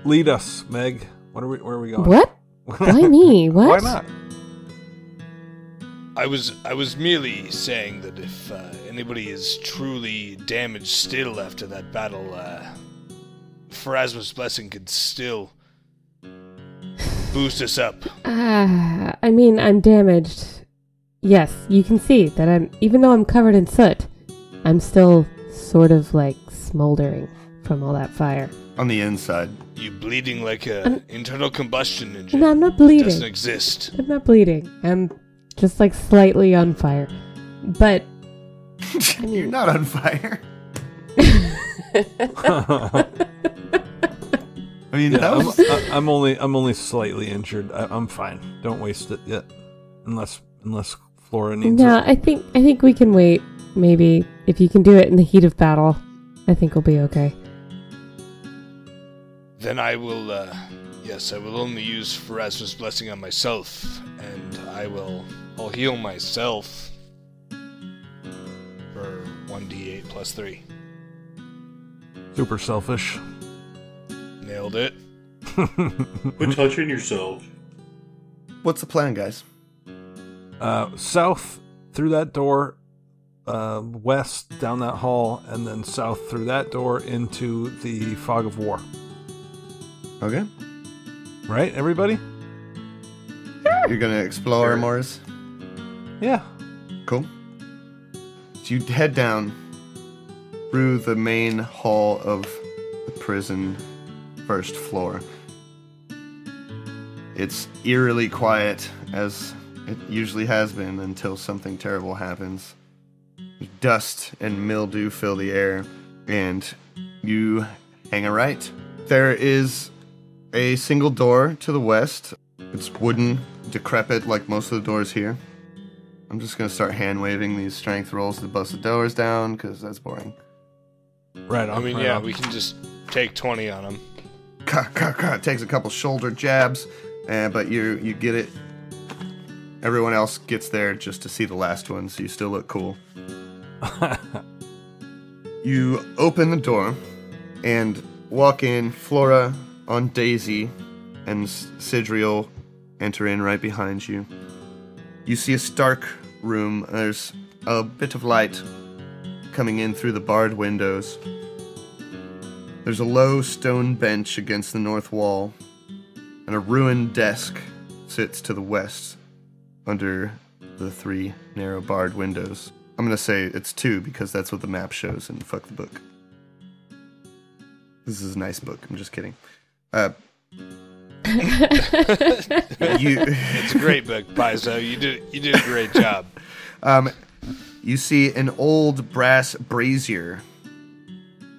Speaker 5: Lead us, Meg. What are we? Where are we going?
Speaker 2: What? Why me?
Speaker 5: Why
Speaker 2: What?
Speaker 5: not?
Speaker 1: I was I was merely saying that if uh, anybody is truly damaged still after that battle, uh, Phrasma's blessing could still boost us up.
Speaker 2: Ah, I mean, I'm damaged. Yes, you can see that I'm, even though I'm covered in soot, I'm still sort of like smoldering from all that fire.
Speaker 4: On the inside.
Speaker 1: You bleeding like a
Speaker 2: I'm-
Speaker 1: internal combustion engine.
Speaker 2: No, Uh, I'm not
Speaker 1: Doesn't
Speaker 2: bleeding.
Speaker 1: exist.
Speaker 2: I'm not bleeding. I'm just like slightly on fire. But
Speaker 4: You're not on fire. I mean,
Speaker 5: Yeah,
Speaker 4: that
Speaker 5: I'm,
Speaker 4: was.
Speaker 5: I- I'm only I'm only slightly injured. I, I'm fine. Don't waste it yet, unless unless Flora needs
Speaker 2: no,
Speaker 5: it.
Speaker 2: I think I think we can wait. Maybe if you can do it in the heat of battle, I think we'll be okay.
Speaker 1: Then I will, uh, yes, I will only use Phrasma's blessing on myself, and I will, I'll heal myself for 1d8 plus 3.
Speaker 5: Super selfish.
Speaker 1: Nailed it.
Speaker 3: Quit touching yourself.
Speaker 4: What's the plan, guys?
Speaker 5: Uh, south through that door, uh, west down that hall, and then south through that door into the fog of war.
Speaker 4: Okay.
Speaker 5: Right, everybody?
Speaker 4: You're going to explore
Speaker 3: Sure.
Speaker 4: Mars.
Speaker 5: Yeah.
Speaker 4: Cool. So you head down through the main hall of the prison first floor. It's eerily quiet, as it usually has been until something terrible happens. Dust and mildew fill the air, and you hang a right. There is a single door to the west. It's wooden, decrepit, like most of the doors here. I'm just gonna start hand waving these strength rolls to bust the doors down because that's boring.
Speaker 5: Right on.
Speaker 1: I mean,
Speaker 5: right
Speaker 1: yeah,
Speaker 5: on.
Speaker 1: we can just take 20 on them.
Speaker 4: ka ka ka. Takes a couple shoulder jabs, and but you you get it. Everyone else gets there just to see the last one, so you still look cool. you open the door and walk in. Flora on Daisy and S- Sidriel enter in right behind you. You see a stark room. There's a bit of light coming in through the barred windows. There's a low stone bench against the north wall, and a ruined desk sits to the west under the three narrow barred windows. I'm going to say it's two because that's what the map shows and fuck the book. This is a nice book. I'm just kidding. Uh, you.
Speaker 1: It's a great book, Paizo. You did you did a great job.
Speaker 4: Um, you see an old brass brazier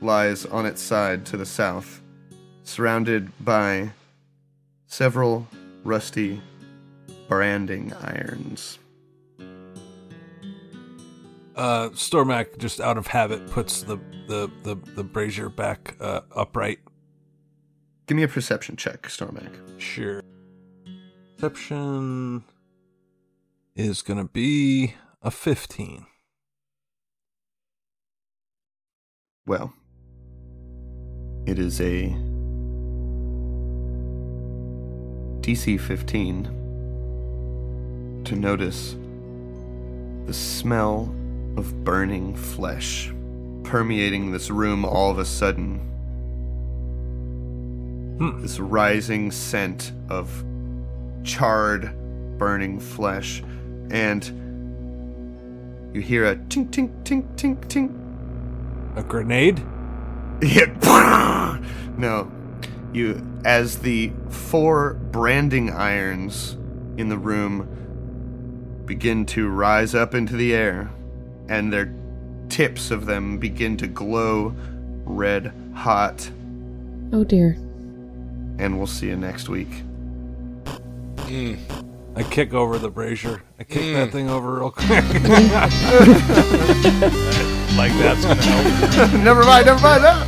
Speaker 4: lies on its side to the south, surrounded by several rusty branding irons.
Speaker 5: Uh, Stormac, just out of habit, puts the the the, the brazier back uh, upright.
Speaker 4: Give me a perception check, Stormac.
Speaker 5: Sure. Perception is gonna be a fifteen.
Speaker 4: Well, it is a DC 15 to notice the smell of burning flesh permeating this room all of a sudden.
Speaker 5: Hmm.
Speaker 4: This rising scent of charred, burning flesh, and you hear a tink, tink, tink, tink, tink
Speaker 5: A grenade?
Speaker 4: yeah. no. You as the four branding irons in the room begin to rise up into the air and their tips of them begin to glow red hot
Speaker 2: Oh dear.
Speaker 4: and we'll see you next week.
Speaker 5: I kick over the brazier. I kick that thing over real quick.
Speaker 1: Like that's gonna help.
Speaker 4: never mind, never mind. ah!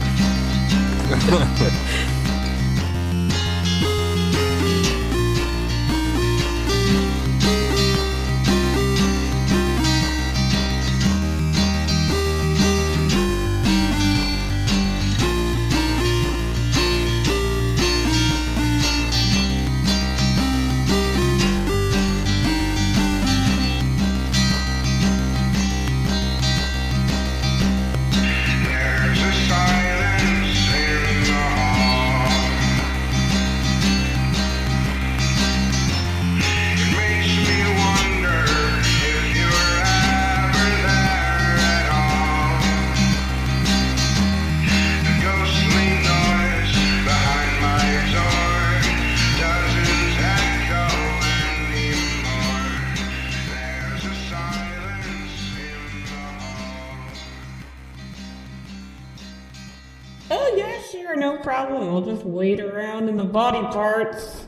Speaker 7: There's a silence in the hall. It makes me wonder if you're ever there at all. The ghostly noise behind my door doesn't echo anymore. There's a silence in the hall.
Speaker 6: Oh, yeah, sure, no problem. We'll just wait around in the body parts.